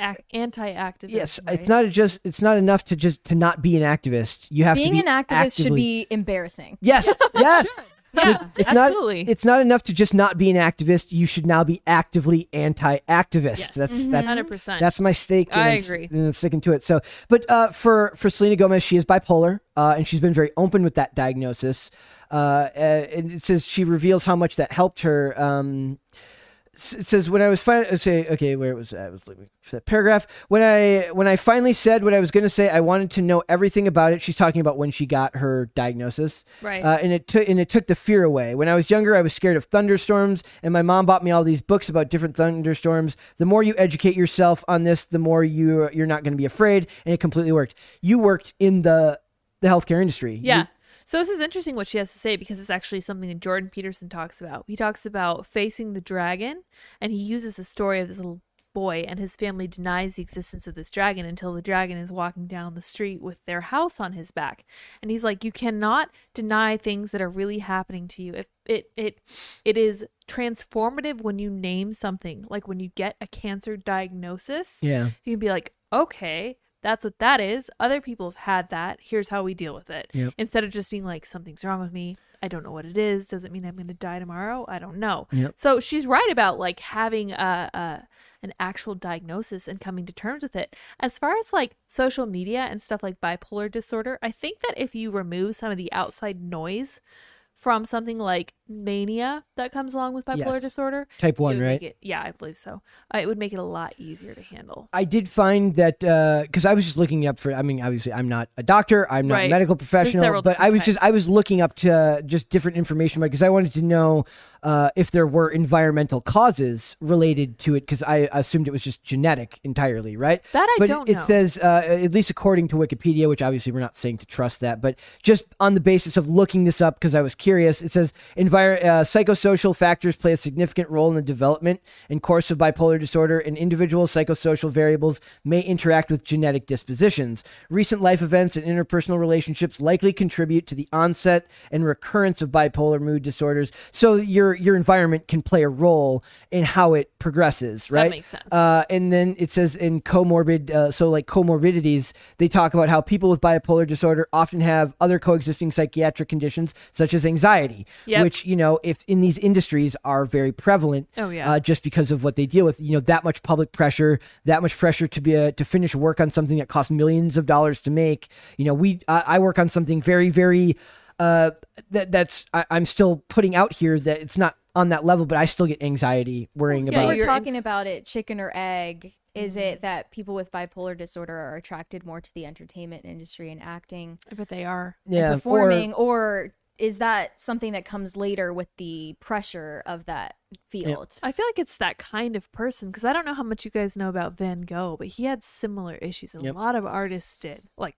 B: Ac- anti-activism.
A: yes
B: right?
A: it's not just it's not enough to just to not be an activist you have
C: Being
A: to be
C: an activist should
A: actively-
C: be embarrassing.
A: yes (laughs) yes
B: Yeah.
A: it's
B: absolutely.
A: not it's not enough to just not be an activist you should now be actively anti-activist
B: Yes.
A: that's
C: Mm-hmm.
A: that's
B: 100%.
A: that's my stake. and
B: I
A: I'm s-
B: agree.
A: And I'm sticking to it. So, but uh, for for Selena Gomez, she is bipolar, uh, and she's been very open with that diagnosis. Uh, uh, and it says she reveals how much that helped her. Um, s- it says when I was fin- uh, say okay where was I? I was looking for that paragraph when I when I finally said what I was going to say I wanted to know everything about it she's talking about when she got her diagnosis
B: Right.
A: uh, and it took and it took the fear away when I was younger I was scared of thunderstorms and my mom bought me all these books about different thunderstorms the more you educate yourself on this the more you you're not going to be afraid and it completely worked you worked in the the healthcare industry You-
B: Yeah. So this is interesting what she has to say because it's actually something that Jordan Peterson talks about. He talks about facing the dragon and he uses the story of this little boy and his family denies the existence of this dragon until the dragon is walking down the street with their house on his back. And he's like you cannot deny things that are really happening to you. If it it it is transformative when you name something, like when you get a cancer diagnosis
A: yeah
B: you can be like, okay, that's what that is. Other people have had that. Here's how we deal with it.
A: Yep.
B: Instead of just being like, something's wrong with me. I don't know what it is. Doesn't mean I'm going to die tomorrow. I don't know.
A: Yep.
B: So she's right about like having a, a an actual diagnosis and coming to terms with it. As far as like social media and stuff like bipolar disorder, I think that if you remove some of the outside noise from something like mania that comes along with bipolar
A: Yes.
B: disorder,
A: type
B: it
A: one
B: would
A: right
B: make it- yeah, I believe so. Uh, it would make it a lot easier to handle.
A: I did find that because I was just looking up for. I mean, obviously, I'm not a doctor. I'm not a
B: Right.
A: medical
B: There's
A: professional.
B: several
A: But I was
B: different
A: just I
B: types.
A: was looking up to uh, just different information because I wanted to know uh, if there were environmental causes related to it because I assumed it was just genetic entirely, right?
B: That I
A: but
B: don't
A: it
B: know.
A: says uh, at least according to Wikipedia, which obviously we're not saying to trust that, but just on the basis of looking this up because I was curious, it says envir- uh, psychosocial factors play a significant role in the development and course of bipolar disorder, and individual psychosocial variables may interact with genetic dispositions. Recent life events and interpersonal relationships likely contribute to the onset and recurrence of bipolar mood disorders. So your your environment can play a role in how it progresses, right?
B: makes sense.
A: Uh, uh, and then it says in comorbid, uh, so like comorbidities, they talk about how people with bipolar disorder often have other coexisting psychiatric conditions such as anxiety,
B: Yep.
A: which you know, if in these industries are very prevalent.
B: Oh, yeah.
A: uh, just because of what they deal with, you know, that much public pressure, that much pressure to be a, to finish work on something that costs millions of dollars to make. You know, we I, I work on something very very. uh, that that's I, I'm still putting out here that it's not on that level, but I still get anxiety worrying
B: yeah,
C: Well,
A: about.
B: you're
C: we're
B: in-
C: talking about it chicken or egg. Is
A: Mm-hmm.
C: it that people with bipolar disorder are attracted more to the entertainment industry and acting
B: I bet they are.
A: Yeah, or-
C: and performing, or is that something that comes later with the pressure of that field?
B: I feel like it's that kind of person because I don't know how much you guys know about Van Gogh, but he had similar issues. A
A: Yep.
B: lot of artists did, like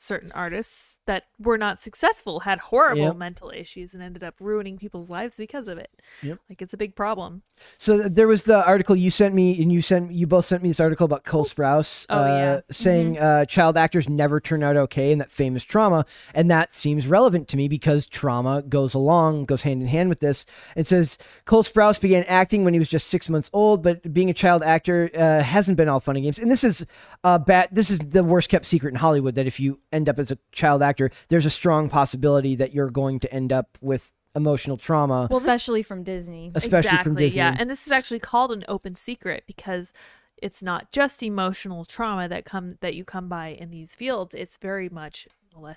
B: certain artists that were not successful had horrible
A: Yep.
B: mental issues and ended up ruining people's lives because of it.
A: Yep.
B: Like it's a big problem.
A: So th- there was the article you sent me, and you sent you both sent me this article about Cole Sprouse,
B: Oh,
A: uh,
B: yeah.
A: saying uh, child actors never turn out okay, and that famous trauma, and that seems relevant to me because trauma goes along, goes hand in hand with this. It says Cole Sprouse began acting when he was just six months old, but being a child actor uh, hasn't been all fun and games. And this is a bad. This is the worst kept secret in Hollywood that if you end up as a child actor, there's a strong possibility that you're going to end up with emotional trauma,
B: Well, this-
C: Especially from Disney.
A: especially
B: exactly,
A: from Disney.
B: Yeah, and this is actually called an open secret because it's not just emotional trauma that come that you come by in these fields. It's very much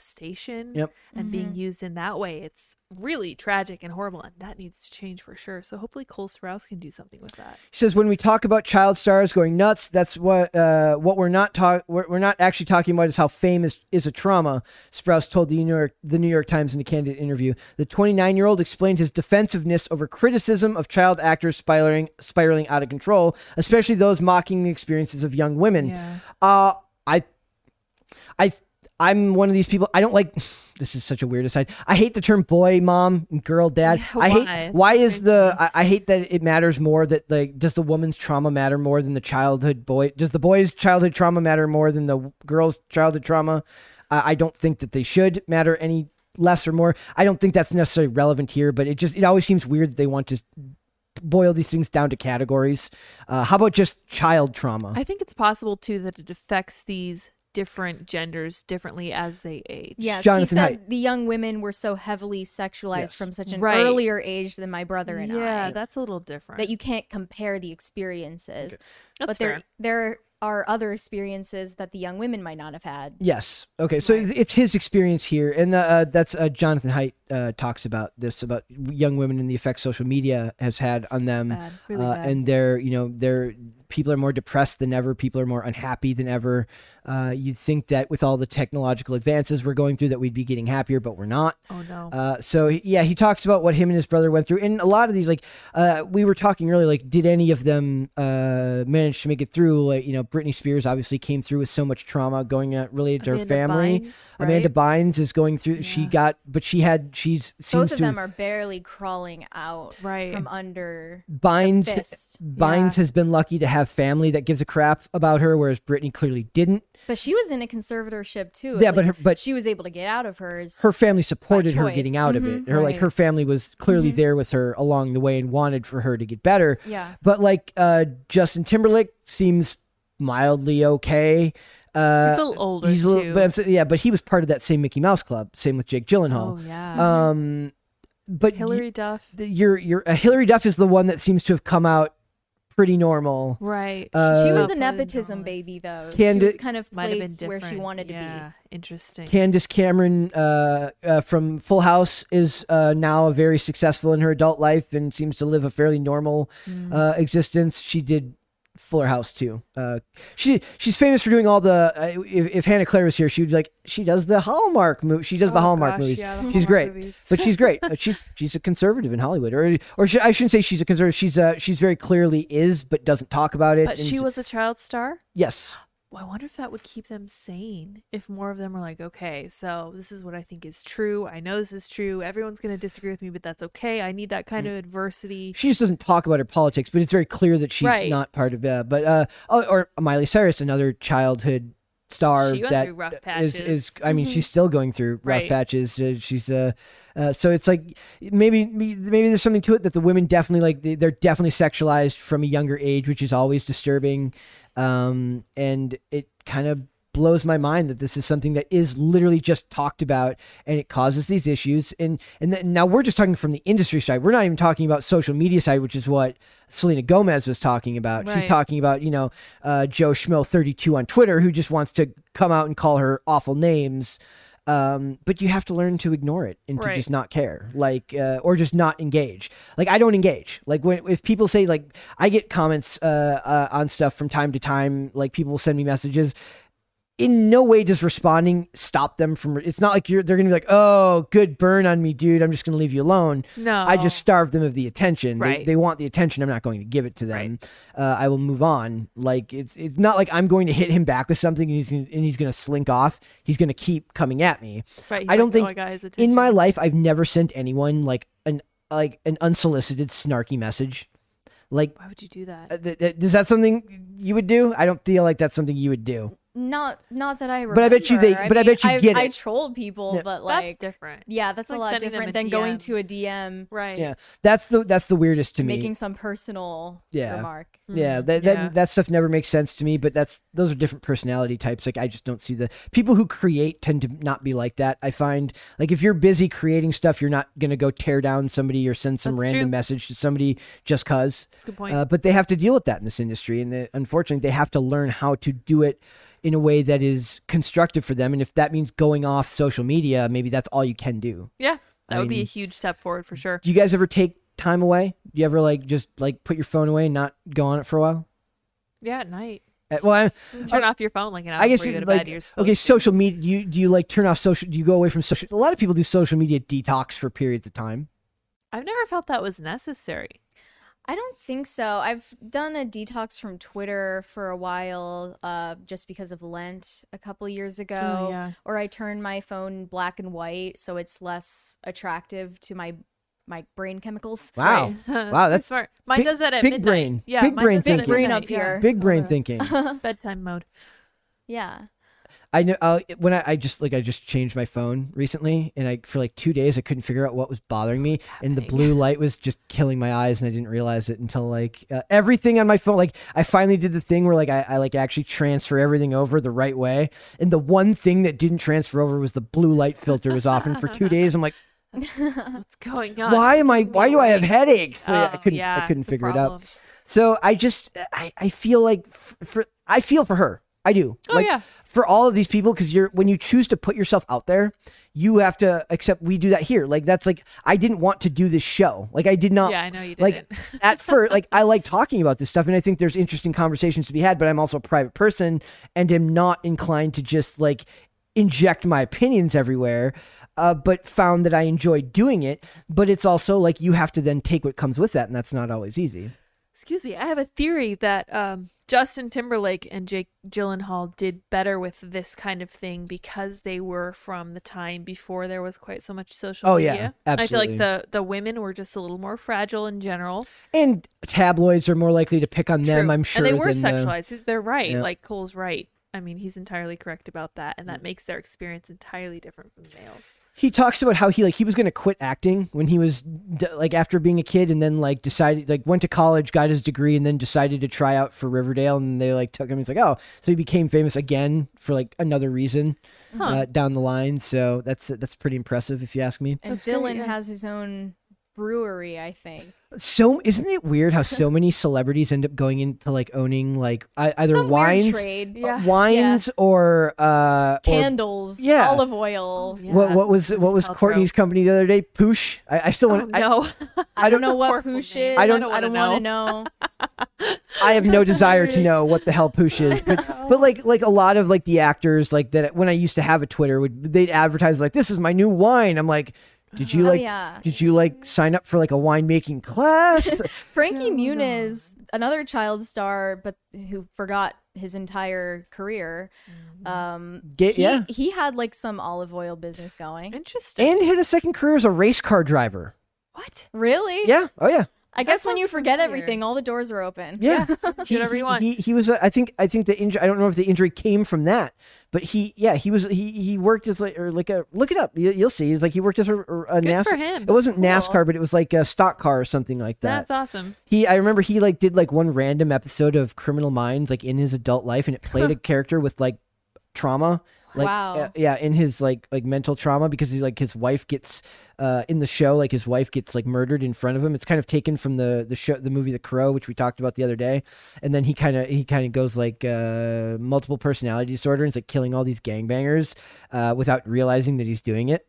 B: molestation
A: Yep.
B: and being used in that way. It's really tragic and horrible, and that needs to change for sure. So hopefully Cole Sprouse can do something with that.
A: He says when we talk about child stars going nuts, that's what uh, what we're not talk we're, we're not actually talking about is how fame is, is a trauma. Sprouse told the New York the New York Times in a candid interview. The 29 year old explained his defensiveness over criticism of child actors spiraling spiraling out of control, especially those mocking the experiences of young women.
B: Yeah.
A: Uh, I, I, I'm one of these people. I don't like. (sighs) This is such a weird aside. I hate the term boy, mom, and girl, dad.
B: Yeah,
A: I
B: why?
A: hate. Why is
B: That's
A: the? I, I hate that it matters more. That like, does the woman's trauma matter more than the childhood boy? Does the boy's childhood trauma matter more than the girl's childhood trauma? Uh, I don't think that they should matter any less or more. I don't think that's necessarily relevant here. But it just it always seems weird that they want to s- boil these things down to categories. Uh, how about just child trauma?
B: I think it's possible too that it affects these different genders differently as they age.
C: Yes,
A: Jonathan
C: he said
A: Haidt.
C: the young women were so heavily sexualized
A: Yes.
C: from such an
B: Right.
C: earlier age than my brother and
B: Yeah,
C: I.
B: that's a little different.
C: that you can't compare the experiences.
B: That's
C: but there
B: fair.
C: there are other experiences that the young women might not have had.
A: Yes. Okay. So it's his experience here, and uh, that's uh, Jonathan Haidt uh, talks about this about young women and the effects social media has had on them,
B: bad, really
A: uh,
B: bad.
A: and they're you know they're people are more depressed than ever. People are more unhappy than ever. Uh, you'd think that with all the technological advances we're going through, that we'd be getting happier, but we're not.
B: oh no.
A: Uh, so yeah, he talks about what him and his brother went through, and a lot of these, like uh, we were talking earlier, like did any of them uh, manage to make it through? Like you know, Britney Spears obviously came through with so much trauma going uh, related to
B: Amanda
A: her family.
B: Bynes,
A: Amanda
B: right?
A: Bynes is going through. She
B: Yeah.
A: got, but she had. She's seems
C: Both of
A: to
C: them are barely crawling out
B: Right.
C: from under
A: Mm. Bynes.
C: fist.
A: Bynes has been lucky to have family that gives a crap about her, whereas Britney clearly didn't.
C: But she was in a conservatorship too. at
A: Yeah, but her-
C: least
A: but-
C: she was able to get out of hers.
A: her family supported her
C: choice. Mm-hmm.
A: getting out of
C: Mhm.
A: it. Her like
B: Right.
A: her family was clearly there with her along the way and wanted for her to get better.
C: Yeah.
A: But like uh Justin Timberlake seems mildly okay. Uh
B: He's a little older
A: he's a little-
B: too.
A: but I'm sa- yeah, but he was part of that same Mickey Mouse club, same with Jake
B: oh
A: Gyllenhaal.
B: yeah.
A: Um but
B: Hillary Duff.
A: y- you're you're uh, Hillary Duff is the one that seems to have come out pretty normal.
B: Right.
A: Uh,
C: she was the
B: Probably
C: nepotism
B: not.
C: baby though.
A: Candi-
C: she was kind of
B: Might have been
C: placed where she
B: different.
C: wanted to be.
B: yeah, Interesting.
A: Candace Cameron uh, uh, from Full House is uh, now very successful in her adult life and seems to live a fairly normal
B: Mm.
A: uh, existence. She did Fuller House too. Uh, she she's famous for doing all the. Uh, if, if Hannah Claire was here, she would be like she does the Hallmark movie. She does the
B: Oh,
A: Hallmark
B: gosh,
A: movies.
B: yeah, the
A: she's
B: Hallmark
A: great,
B: movies.
A: but she's great. Uh, she's she's a conservative in Hollywood, or or sh I shouldn't say she's a conservative. She's uh, she's very clearly is, but doesn't talk about it.
B: but
A: and-
B: she was a child star.
A: yes.
B: Well, I wonder if that would keep them sane. If more of them were like, okay, so this is what I think is true. I know this is true. Everyone's going to disagree with me, but that's okay. I need that kind
A: Mm.
B: of adversity.
A: she just doesn't talk about her politics, but it's very clear that she's
B: Right.
A: not part of that. But uh, oh, or Miley Cyrus, another childhood star
B: She went
A: that
B: through rough
A: is- is
B: patches. Mm-hmm.
A: I mean, she's still going through rough
B: Right.
A: patches. Uh, she's uh, uh, so it's like maybe maybe there's something to it that the women definitely like they- they're definitely sexualized from a younger age, which is always disturbing, um, and it kind of blows my mind that this is something that is literally just talked about and it causes these issues and and then now we're just talking from the industry side we're not even talking about social media side which is what selena gomez was talking about she's
B: Right.
A: talking about you know uh, joe schmo 32 on twitter who just wants to come out and call her awful names um, but you have to learn to ignore it and to
B: Right.
A: just not care like uh, or just not engage like i don't engage like when if people say like i get comments uh, uh, on stuff from time to time like people send me messages in no way does responding stop them from it's not like you're they're gonna be like oh good burn on me dude i'm just gonna leave you alone
B: No.
A: I just starve them of the attention. They- They,
B: Oh. Right.
A: want the attention. I'm not going to give it to them. Uh, I will move on. Like it's it's not like I'm going to hit him back with something and he's gonna, and he's going to slink off. He's going to keep coming at me.
B: Right, he's
A: I don't
B: like, "Oh,
A: think
B: I got his
A: in my
B: attention."
A: life I've never sent anyone like an like an unsolicited snarky message. Like
B: Why would you do that?
A: uh, th- th- is that something you would do? I don't feel like that's something you would do.
C: Not not that I remember.
A: But I bet you they- but I bet you
C: I've-
A: get
C: I
A: it.
C: trolled people,
A: Yeah.
C: but
B: That's
C: like
B: different.
C: yeah, that's
B: It's like
C: a lot
B: sending them
C: different than
B: a
C: going
B: DM.
C: to a DM
B: Right.
A: Yeah, that's the that's the weirdest to me.
C: making some personal
A: Yeah.
C: remark.
A: Yeah, that,
B: Mm, yeah.
A: that that stuff never makes sense to me. But that's those are different personality types. Like I just don't see the people who create tend to not be like that. I find like if you're busy creating stuff, you're not gonna go tear down somebody or send some
B: That's
A: random
B: true.
A: message to somebody just cause.
B: Good point.
A: Uh, but they have to deal with that in this industry, and they, unfortunately, they have to learn how to do it in a way that is constructive for them. And if that means going off social media, maybe that's all you can do.
B: yeah. That
A: I
B: would be a
A: mean-
B: huge step forward for sure.
A: Do you guys ever take time away? Do you ever like just like put your phone away and not go on it for a while?
B: Yeah, at night.
A: Uh, Well, I'm,
B: Turn off your phone like an hour
A: I guess
B: before
A: you
B: you go to
A: like
B: bed. You're supposed
A: okay, social media. Do you do you like turn off social? Do you go away from social? A lot of people do social media detox for periods of time.
B: I've never felt that was necessary.
C: I don't think so. I've done a detox from Twitter for a while, uh, just because of Lent a couple years ago.
B: Oh, yeah.
C: Or I turn my phone black and white so it's less attractive to my my brain chemicals.
A: Wow,
B: (laughs) Right.
A: Wow, that's
B: smart. Mine
A: big-
B: does that at
A: big
B: midnight.
A: brain.
B: Yeah,
A: Big
B: mine
A: brain
B: does that at
A: thinking. Big
C: brain
B: midnight,
C: up
B: yeah.
C: here.
A: big brain
B: Uh,
A: thinking.
B: (laughs) Bedtime mode.
C: Yeah.
A: I know uh, when I, I just like I just changed my phone recently, and I for like two days I couldn't figure out what was bothering me, and the blue light was just killing my eyes, and I didn't realize it until like uh, everything on my phone. Like I finally did the thing where like I, I like actually transfer everything over the right way, and the one thing that didn't transfer over was the blue light filter was off, and for two days
B: (laughs)
A: I'm like,
B: What's going on?
A: why am I? Why do I have headaches? So, yeah, I
B: Oh,
A: couldn't I
B: yeah,
A: couldn't
B: it's a
A: figure it out.
B: problem.
A: So I just I, I feel like f- for I feel for her. I do.
B: Oh,
A: like,
B: yeah.
A: For all of these people, because you're when you choose to put yourself out there, you have to accept. We do that here. Like that's like I didn't want to do this show. Like I did not.
B: Yeah, I know you (laughs)
A: Like
B: didn't.
A: at first, like I like talking about this stuff, and I think there's interesting conversations to be had. But I'm also a private person, and am not inclined to just like inject my opinions everywhere. Uh, but found that I enjoy doing it. But it's also like you have to then take what comes with that, and that's not always easy.
B: Excuse me. I have a theory that um, Justin Timberlake and Jake Gyllenhaal did better with this kind of thing because they were from the time before there was quite so much social
A: Oh, yeah.
B: media. I
A: Absolutely.
B: feel like the the women were just a little more fragile in general.
A: And tabloids are more likely to pick on them,
B: True.
A: I'm sure.
B: And they were
A: than uh, the-
B: sexualized. He's- They're right.
A: Yeah.
B: Like Cole's right. I mean, he's entirely correct about that, and that makes their experience entirely different from males.
A: He talks about how he like he was going to quit acting when he was d- like after being a kid, and then like decided like went to college, got his degree, and then decided to try out for Riverdale, and they like took him. He's like, oh, so he became famous again for like another reason uh, down the line. So that's that's pretty impressive if you ask me.
C: And
B: That's great,
C: Dylan
B: yeah.
C: has his own brewery, I think.
A: So isn't it weird how so many celebrities end up going into like owning like ei- either
C: Some
A: wines,
C: weird trade.
A: uh, wines or uh or
C: Candles,
A: Yeah.
C: olive oil.
B: Oh,
A: What, what was what was
B: Paltrow.
A: Courtney's company the other day? Poosh. I, I still
B: Oh,
A: want. (laughs)
B: no. (laughs)
C: I, don't know what
B: horrible
C: poosh
B: name.
C: is.
A: I don't-
C: I don't want to know.
A: I, I have no desire to know what the hell Poosh is, but, but like like a lot of like the actors like that when I used to have a Twitter would they'd advertise like this is my new wine. I'm like, did you
C: Oh,
A: (laughs) like
C: yeah.
A: did you like sign up for like a winemaking class?
C: Frankie Muniz, another child star, but who forgot his entire career.
B: Mm-hmm.
C: Um,
A: Ga-
C: he,
A: yeah.
C: he had like some olive oil business going.
B: Interesting.
A: and his second career as a race car driver.
B: what?
C: Really?
A: Yeah. Oh yeah.
C: I
B: That
C: guess when you
B: sounds
C: forget
B: familiar.
C: everything, all the doors are open.
A: Yeah.
B: do whatever you
A: (laughs)
B: want.
A: He, he was. uh, I think. I think the injury. I don't know if the injury came from that, but he. Yeah. He was. He he worked as like or like a look it up. You, you'll see. He's like he worked as a, a
B: Good
A: NASA.
B: for him.
A: It wasn't
C: Cool.
A: NASCAR, but it was like a stock car or something like that.
B: That's awesome.
A: He, I remember he
B: (laughs)
A: like did like one random episode of Criminal Minds like in his adult life, and it played a character with like trauma like
C: Wow.
A: uh, yeah in his like like mental trauma because he like his wife gets uh in the show like his wife gets like murdered in front of him it's kind of taken from the the show the movie the crow which we talked about the other day and then he kind of he kind of goes like uh multiple personality disorder and it's like killing all these gangbangers uh without realizing that he's doing it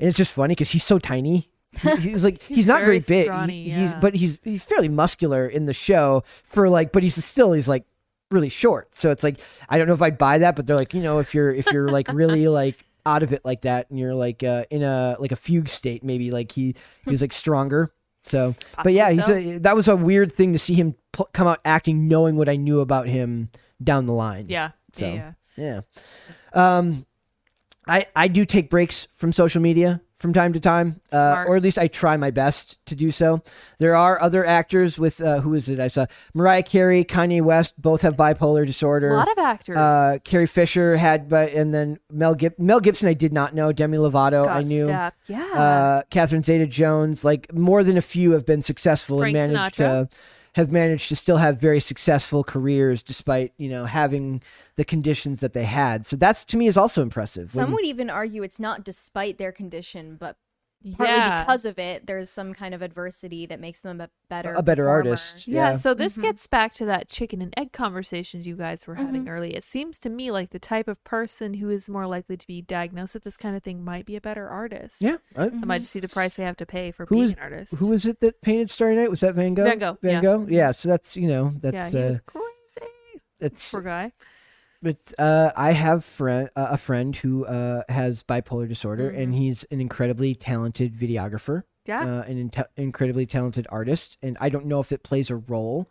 A: and it's just funny because he's so tiny He- he's like he's,
B: He's
A: not very,
B: very
A: big
B: scrawny,
A: He-
B: yeah.
A: he's but he's he's fairly muscular in the show for like but he's still he's like really short so it's like i don't know if i'd buy that but they're like you know if you're if you're like really like out of it like that and you're like uh in a like a fugue state maybe like he he was like stronger so but yeah he's
B: Possibly
A: a, that was a weird thing to see him pl- come out acting knowing what i knew about him down the line
B: yeah.
A: So.
B: Yeah.
A: yeah. Um, I I do take breaks from social media from time to time, uh,
B: Smart.
A: or at least I try my best to do so. There are other actors with uh, who is it? I saw Mariah Carey, Kanye West, both have bipolar
B: A
A: disorder.
B: lot of actors.
A: uh, Carrie Fisher had, but and then Mel Gib- Mel Gibson. I did not know Demi Lovato.
B: Scott
A: I knew.
B: Stapp. Yeah.
A: Uh, Catherine Zeta-Jones. Like more than a few have been successful
B: Frank
A: and managed
B: Sinatra.
A: to have managed to still have very successful careers despite you know having the conditions that they had. So that's to me is also impressive.
C: Some
A: When-
C: would even argue it's not despite their condition, but partly
B: yeah.
C: because of it, there's some kind of adversity that makes them a better
A: a better
C: performer.
A: artist.
B: Yeah,
A: Yeah.
B: so this
C: Mhm.
B: gets back to that chicken and egg conversations you guys were having early. It seems to me like the type of person who is more likely to be diagnosed with this kind of thing might be a better artist.
A: yeah. I-
B: That might just be the price they have to pay for
A: Who
B: being
A: is-
B: an artist.
A: Who was it that painted Starry Night? Was that Van Gogh?
B: Van Gogh,
A: Van
B: yeah.
A: Gogh. Yeah. So that's you know that's
B: yeah, he
A: uh,
B: was crazy.
A: that's
B: Poor guy.
A: But uh, I have friend uh, a friend who uh, has bipolar disorder,
B: Mm-hmm.
A: and he's an incredibly talented videographer,
B: Yeah.
A: uh, an inte- incredibly talented artist. And I don't know if it plays a role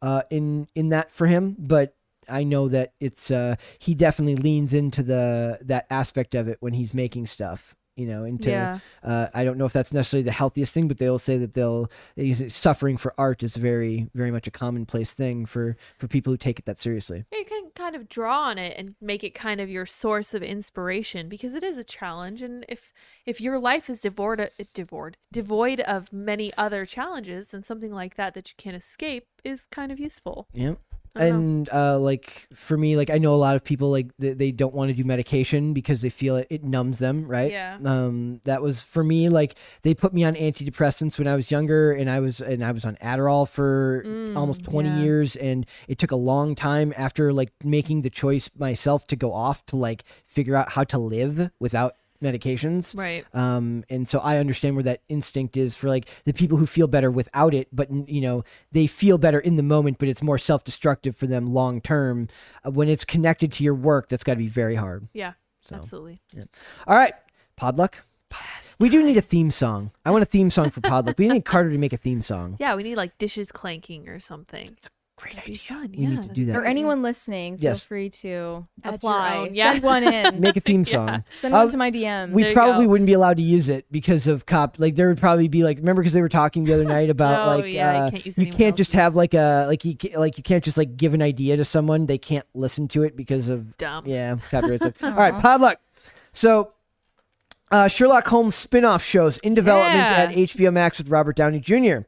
A: uh, in in that for him, but I know that it's uh, he definitely leans into the that aspect of it when he's making stuff. You know, into
B: Yeah.
A: uh, I don't know if that's necessarily the healthiest thing, but they'll say that they'll that he's- suffering for art is very very much a commonplace thing for for people who take it that seriously.
B: Yeah, You can kind of draw on it and make it kind of your source of inspiration because it is a challenge. And if if your life is devoid of, devoid devoid of many other challenges, and something like that that you can't escape is kind of useful.
A: Yeah.
B: I know.
A: And uh, like for me, like I know a lot of people like they, they don't want to do medication because they feel it, it numbs them, right?
B: Yeah.
A: Um, that was for me. Like they put me on antidepressants when I was younger, and I was and I was on Adderall for
B: Mm,
A: almost twenty
B: yeah.
A: years, and it took a long time after like making the choice myself to go off to like figure out how to live without medications.
B: Right.
A: Um, and so I understand where that instinct is for like the people who feel better without it, but you know they feel better in the moment, but it's more self-destructive for them long term. Uh, when it's connected to your work, that's got to be very hard.
B: Yeah.
A: So.
B: Absolutely.
A: All right, Podluck. We do need a theme song. I want a theme song for Podluck. we need Carter to make a theme
B: (laughs)
A: song.
B: Yeah, we need like dishes clanking or something. It's a great idea. Fun.
A: We
B: yeah.
A: need to do
C: Or
A: that.
C: anyone listening, feel
A: Yes.
C: free to
B: Add your
C: apply.
B: own,
C: (laughs)
B: yeah.
C: Send one
A: (laughs)
C: in.
A: Make a theme
B: Yeah.
A: song.
C: Send one
A: Uh,
C: to my DM.
B: There
A: We
B: you
A: probably
B: go.
A: wouldn't be allowed to use it because of cop. Like there would probably be like remember because they were talking
B: (laughs)
A: the other night about
B: Oh,
A: like
B: yeah, you
A: uh,
B: can't use anyone
A: can't just have
B: else's.
A: like a like you ca- like you can't just like give an idea to someone they can't listen to it because of
B: Dumb.
A: yeah copyright. stuff.
B: (laughs)
A: All right, Podluck. So. Uh, Sherlock Holmes spin-off shows in development
B: Yeah.
A: at HBO Max with Robert Downey Jr.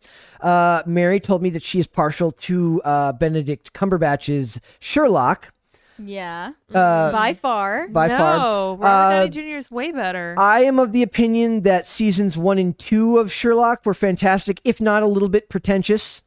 A: Uh, Mary told me that she is partial to uh, Benedict Cumberbatch's Sherlock.
C: yeah.
B: Mm-hmm.
A: Uh,
C: By far.
A: by
B: no,
A: far.
B: Robert
A: Uh,
B: Downey Jr. is way better.
A: I am of the opinion that seasons one and two of Sherlock were fantastic, if not a little bit pretentious.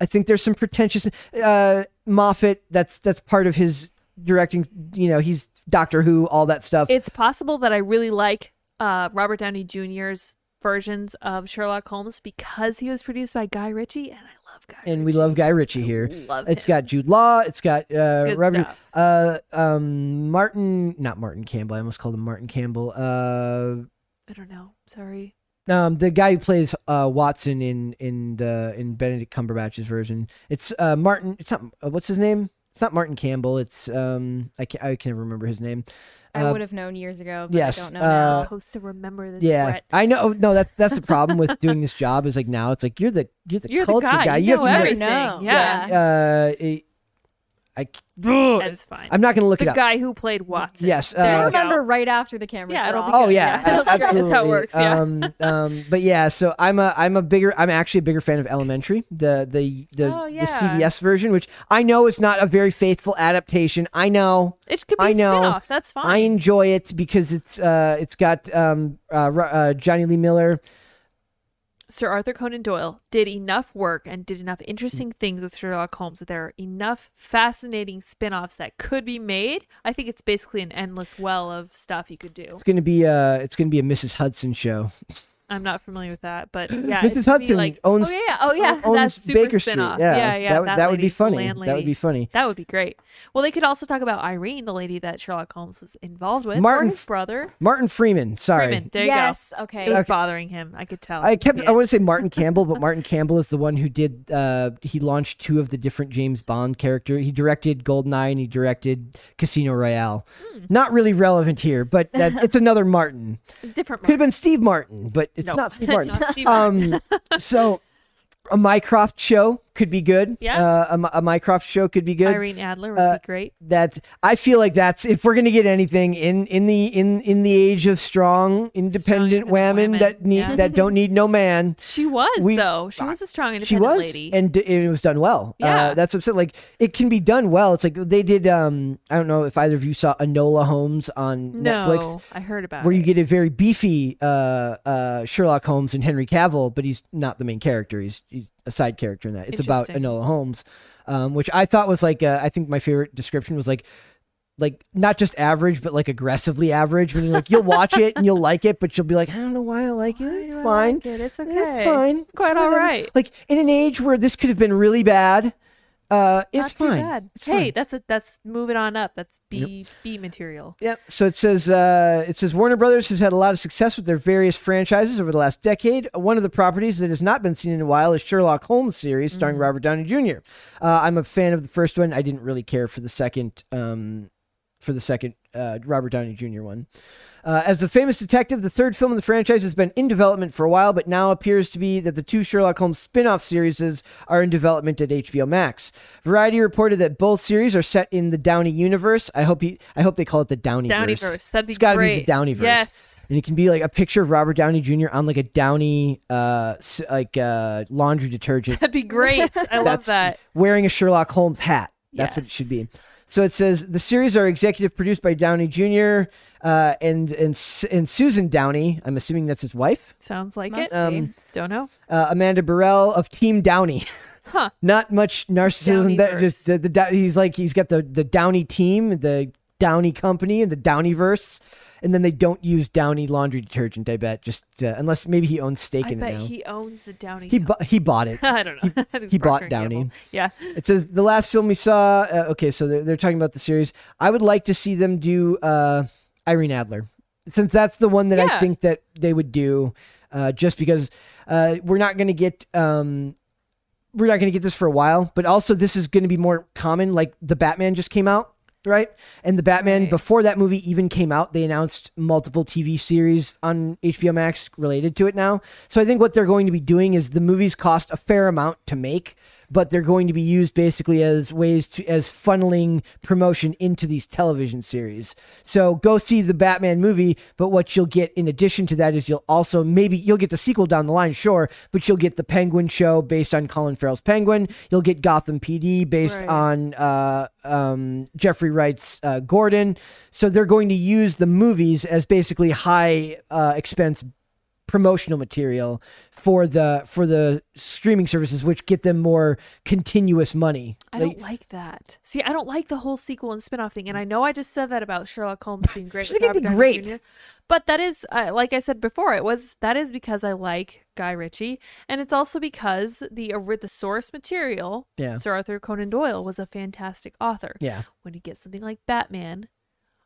A: I think there's some pretentious uh, Moffat. That's that's part of his directing. You know, he's Doctor Who, all that stuff.
B: it's possible that I really like uh, Robert Downey Jr.'s versions of Sherlock Holmes because he was produced by Guy Ritchie, and I love Guy.
A: and we love Guy Ritchie here.
B: Ritchie. love
A: It's
B: him.
A: got Jude Law. It's got uh,
B: good
A: Robert.
B: stuff.
A: Uh, um, Martin, not Martin Campbell. I almost called him Martin Campbell. Uh,
B: I don't know. Sorry.
A: um, the guy who plays uh, Watson in in the in Benedict Cumberbatch's version. It's uh, Martin. It's not. Uh, what's his name? It's not Martin Campbell. It's um. I can I can never remember his name.
C: I
A: uh,
C: would have known years ago, but
A: yes,
C: I don't know
A: uh,
C: now.
B: I'm supposed to remember this.
A: Yeah,
B: Brett.
A: I know. No, that's that's the problem with doing this job. Is like now it's like you're the you're the
B: You're the
A: culture
B: guy. You
A: You
B: know
A: have to
B: everything.
C: know.
B: Yeah.
A: uh, it- I c- Ugh.
B: That's fine.
A: I'm not gonna look
B: the
A: it up.
B: guy who played Watson.
A: yes.
C: I
B: There
A: Uh,
B: we go.
C: remember right after the cameras
B: Yeah,
C: were
B: it'll be
C: off.
A: oh
B: good,
A: yeah,
B: yeah. (laughs)
A: a-
B: That's how it
A: absolutely.
B: works, yeah.
A: Um, um, but yeah, so I'm a I'm a bigger I'm actually a bigger fan of Elementary, the the the,
B: Oh,
A: the
B: yeah.
A: CBS version, which I know is not a very faithful adaptation. I know.
B: It could be
A: I know.
B: a spin-off. That's fine.
A: I enjoy it because it's uh it's got um uh, Ro- uh Johnny Lee Miller.
B: Sir Arthur Conan Doyle did enough work and did enough interesting things with Sherlock Holmes that there are enough fascinating spin-offs that could be made. I think it's basically an endless well of stuff you could do.
A: It's gonna be uh it's gonna be a Mrs. Hudson show.
B: I'm not familiar with
A: (clears throat)
B: that, but yeah,
A: Mrs.
B: it could be
A: Hudson
B: like,
A: owns-
B: oh yeah, oh yeah,
A: Owns
B: that's super
A: Baker Street.
B: spin-off.
A: Yeah,
B: yeah, yeah.
A: That, that would be
B: lady's the
A: funny. That would
B: landlady.
A: be funny.
B: That would be great. Well, they could also talk about Irene, the lady that Sherlock Holmes was involved with,
A: Martin-
B: or his brother.
A: Martin Freeman. Sorry.
B: Freeman. There
C: yes.
B: you
C: Okay.
B: go. It was bothering him. I could tell.
A: I kept.
B: See
A: I
B: it.
A: want to say
B: (laughs)
A: Martin Campbell, but Martin Campbell is the one who did. Uh, he launched two of the different James Bond character. He directed Goldeneye and he directed Casino Royale.
B: Hmm.
A: Not really relevant here,
B: (laughs)
A: but that, it's another Martin.
B: different.
A: Could have been Steve Martin, but it's
B: No, (laughs)
A: not Steve
B: it's
A: Martin.
B: not Steve
A: um,
B: (laughs)
A: so a Mycroft show could be good.
B: Yeah.
A: uh, a, Mi- a Mycroft show could be good.
B: Irene Adler would
A: uh,
B: be great.
A: That's. I feel like that's if we're gonna get anything in in the in in the age of strong, independent
B: independent
A: women
B: women,
A: that need
B: yeah.
A: that don't need no man.
B: She was
A: we-
B: though. She was a strong
A: she
B: independent
A: was
B: lady.
A: and d- it was done well uh,
B: Yeah.
A: that's what i'm saying like it can be done well it's like they did um i don't know if either of you saw anola holmes on netflix
B: No, I heard about
A: where
B: it.
A: you get a very beefy uh uh sherlock holmes and henry cavill but he's not the main character he's he's a side character in that it's about
B: Interesting.
A: anola holmes um which i thought was like uh, i think my favorite description was like like not just average, but like aggressively average. Meaning, like you'll watch it and you'll like it, but you'll be like, I don't know why I like it. It's
B: I
A: fine.
B: like it. It's okay.
A: It's fine. It's
B: quite all
A: whatever.
B: right.
A: Like in an age where this could have been really bad, uh,
B: Not
A: it's
B: too
A: fine.
B: bad.
A: It's
B: hey,
A: fine.
B: that's a, that's moving on up. That's B B material.
A: Yep. So it says uh, it says Warner Brothers has had a lot of success with their various franchises over the last decade. One of the properties that has not been seen in a while is Sherlock Holmes series starring
B: Mm.
A: Robert Downey Jr. Uh, I'm a fan of the first one. I didn't really care for the second um, for the second uh, Robert Downey Jr. one. Uh, as the famous detective, the third film in the franchise has been in development for a while, but now appears to be that the two Sherlock Holmes spin off series are in development at HBO Max. Variety reported that both series are set in the Downey universe. I hope he, I hope they call it the Downey
B: Downeyverse. That'd be
A: It's got to be
B: great.
A: the Downeyverse.
B: Yes.
A: and it can be like a picture of Robert Downey Jr. on like a Downey, uh, s- like uh, laundry detergent,
B: That'd be
A: (laughs)
B: great. I love
A: That's-
B: that.
A: wearing a Sherlock Holmes hat. That's what it
B: Yes.
A: should be. So it says the series are executive produced by Downey Jr. Uh, and and S- and Susan Downey. I'm assuming that's his wife.
B: Sounds like
C: Must
B: it.
C: be.
A: um,
B: Don't know.
A: Uh, Amanda Burrell of Team Downey. (laughs)
B: Huh.
A: Not much narcissism. That just
B: Downeyverse.
A: the, the Dow- he's like he's got the the Downey team, the Downey company, and the Downeyverse. And then they don't use Downey laundry detergent. I bet just uh, unless maybe he owns stake
B: I
A: in
B: bet
A: it now.
B: he owns the Downey.
A: he
B: Company.
A: bu- he bought it.
B: (laughs) I don't know. (laughs) I think
A: he bought
B: Procter and Gamble.
A: Downey.
B: Yeah.
A: It says the last film we saw. Uh, okay, so they're, they're talking about the series. I would like to see them do uh, Irene Adler, since that's the one that I
B: Yeah.
A: think that they would do. Uh, just because uh, we're not going to get um, we're not going to get this for a while, but also this is going to be more common. Like the Batman just came out, right? And the Batman
B: Right.
A: before that movie even came out, they announced multiple TV series on HBO Max related to it now. So I think what they're going to be doing is the movies cost a fair amount to make, but they're going to be used basically as ways to as funneling promotion into these television series. So go see the Batman movie, but what you'll get in addition to that is you'll also maybe you'll get the sequel down the line, sure, but you'll get the Penguin show based on Colin Farrell's Penguin. You'll get Gotham PD based
B: Right.
A: on uh, um, Jeffrey Wright's uh, Gordon. So they're going to use the movies as basically high uh, expense promotional material for the for the streaming services, which get them more continuous money.
B: I
A: Like-
B: don't like that. See, I don't like the whole sequel and spin-off thing. And I know I just said that about Sherlock Holmes being great.
A: She's
B: with
A: like, it'd
B: Robert
A: be
B: Downey
A: great.
B: Jr., But that is, uh, like I said before, it was that is because I like Guy Ritchie, and it's also because the ori- the source material,
A: Yeah.
B: Sir Arthur Conan Doyle was a fantastic author.
A: yeah,
B: When you get something like Batman,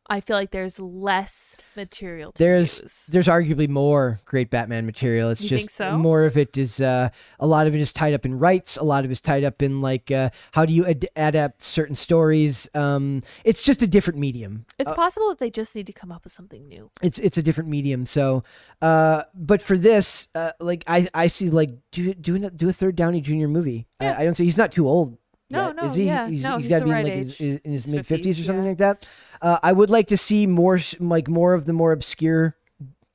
B: I feel like there's less material. To
A: there's
B: use.
A: there's arguably more great Batman material. It's
B: You
A: just
B: think so?
A: more of it is uh, a lot of it is tied up in rights. A lot of it is tied up in like uh, how do you ad- adapt certain stories. Um, it's just a different medium.
B: it's possible that they just need to come up with something new.
A: it's it's a different medium. So, uh, but for this, uh, like I I see like do do an- do a third Downey Jr. movie. I-
B: Yeah.
A: I, don't see he's not too old.
B: No,
A: yet.
B: no,
A: is he?
B: yeah,
A: He's,
B: no,
A: he's
B: he's
A: got to
B: the
A: be in
B: right
A: like
B: age.
A: his, in his
B: He's
A: mid fifties
B: 50s,
A: or something
B: yeah.
A: like that. Uh, I would like to see more, s- like more of the more obscure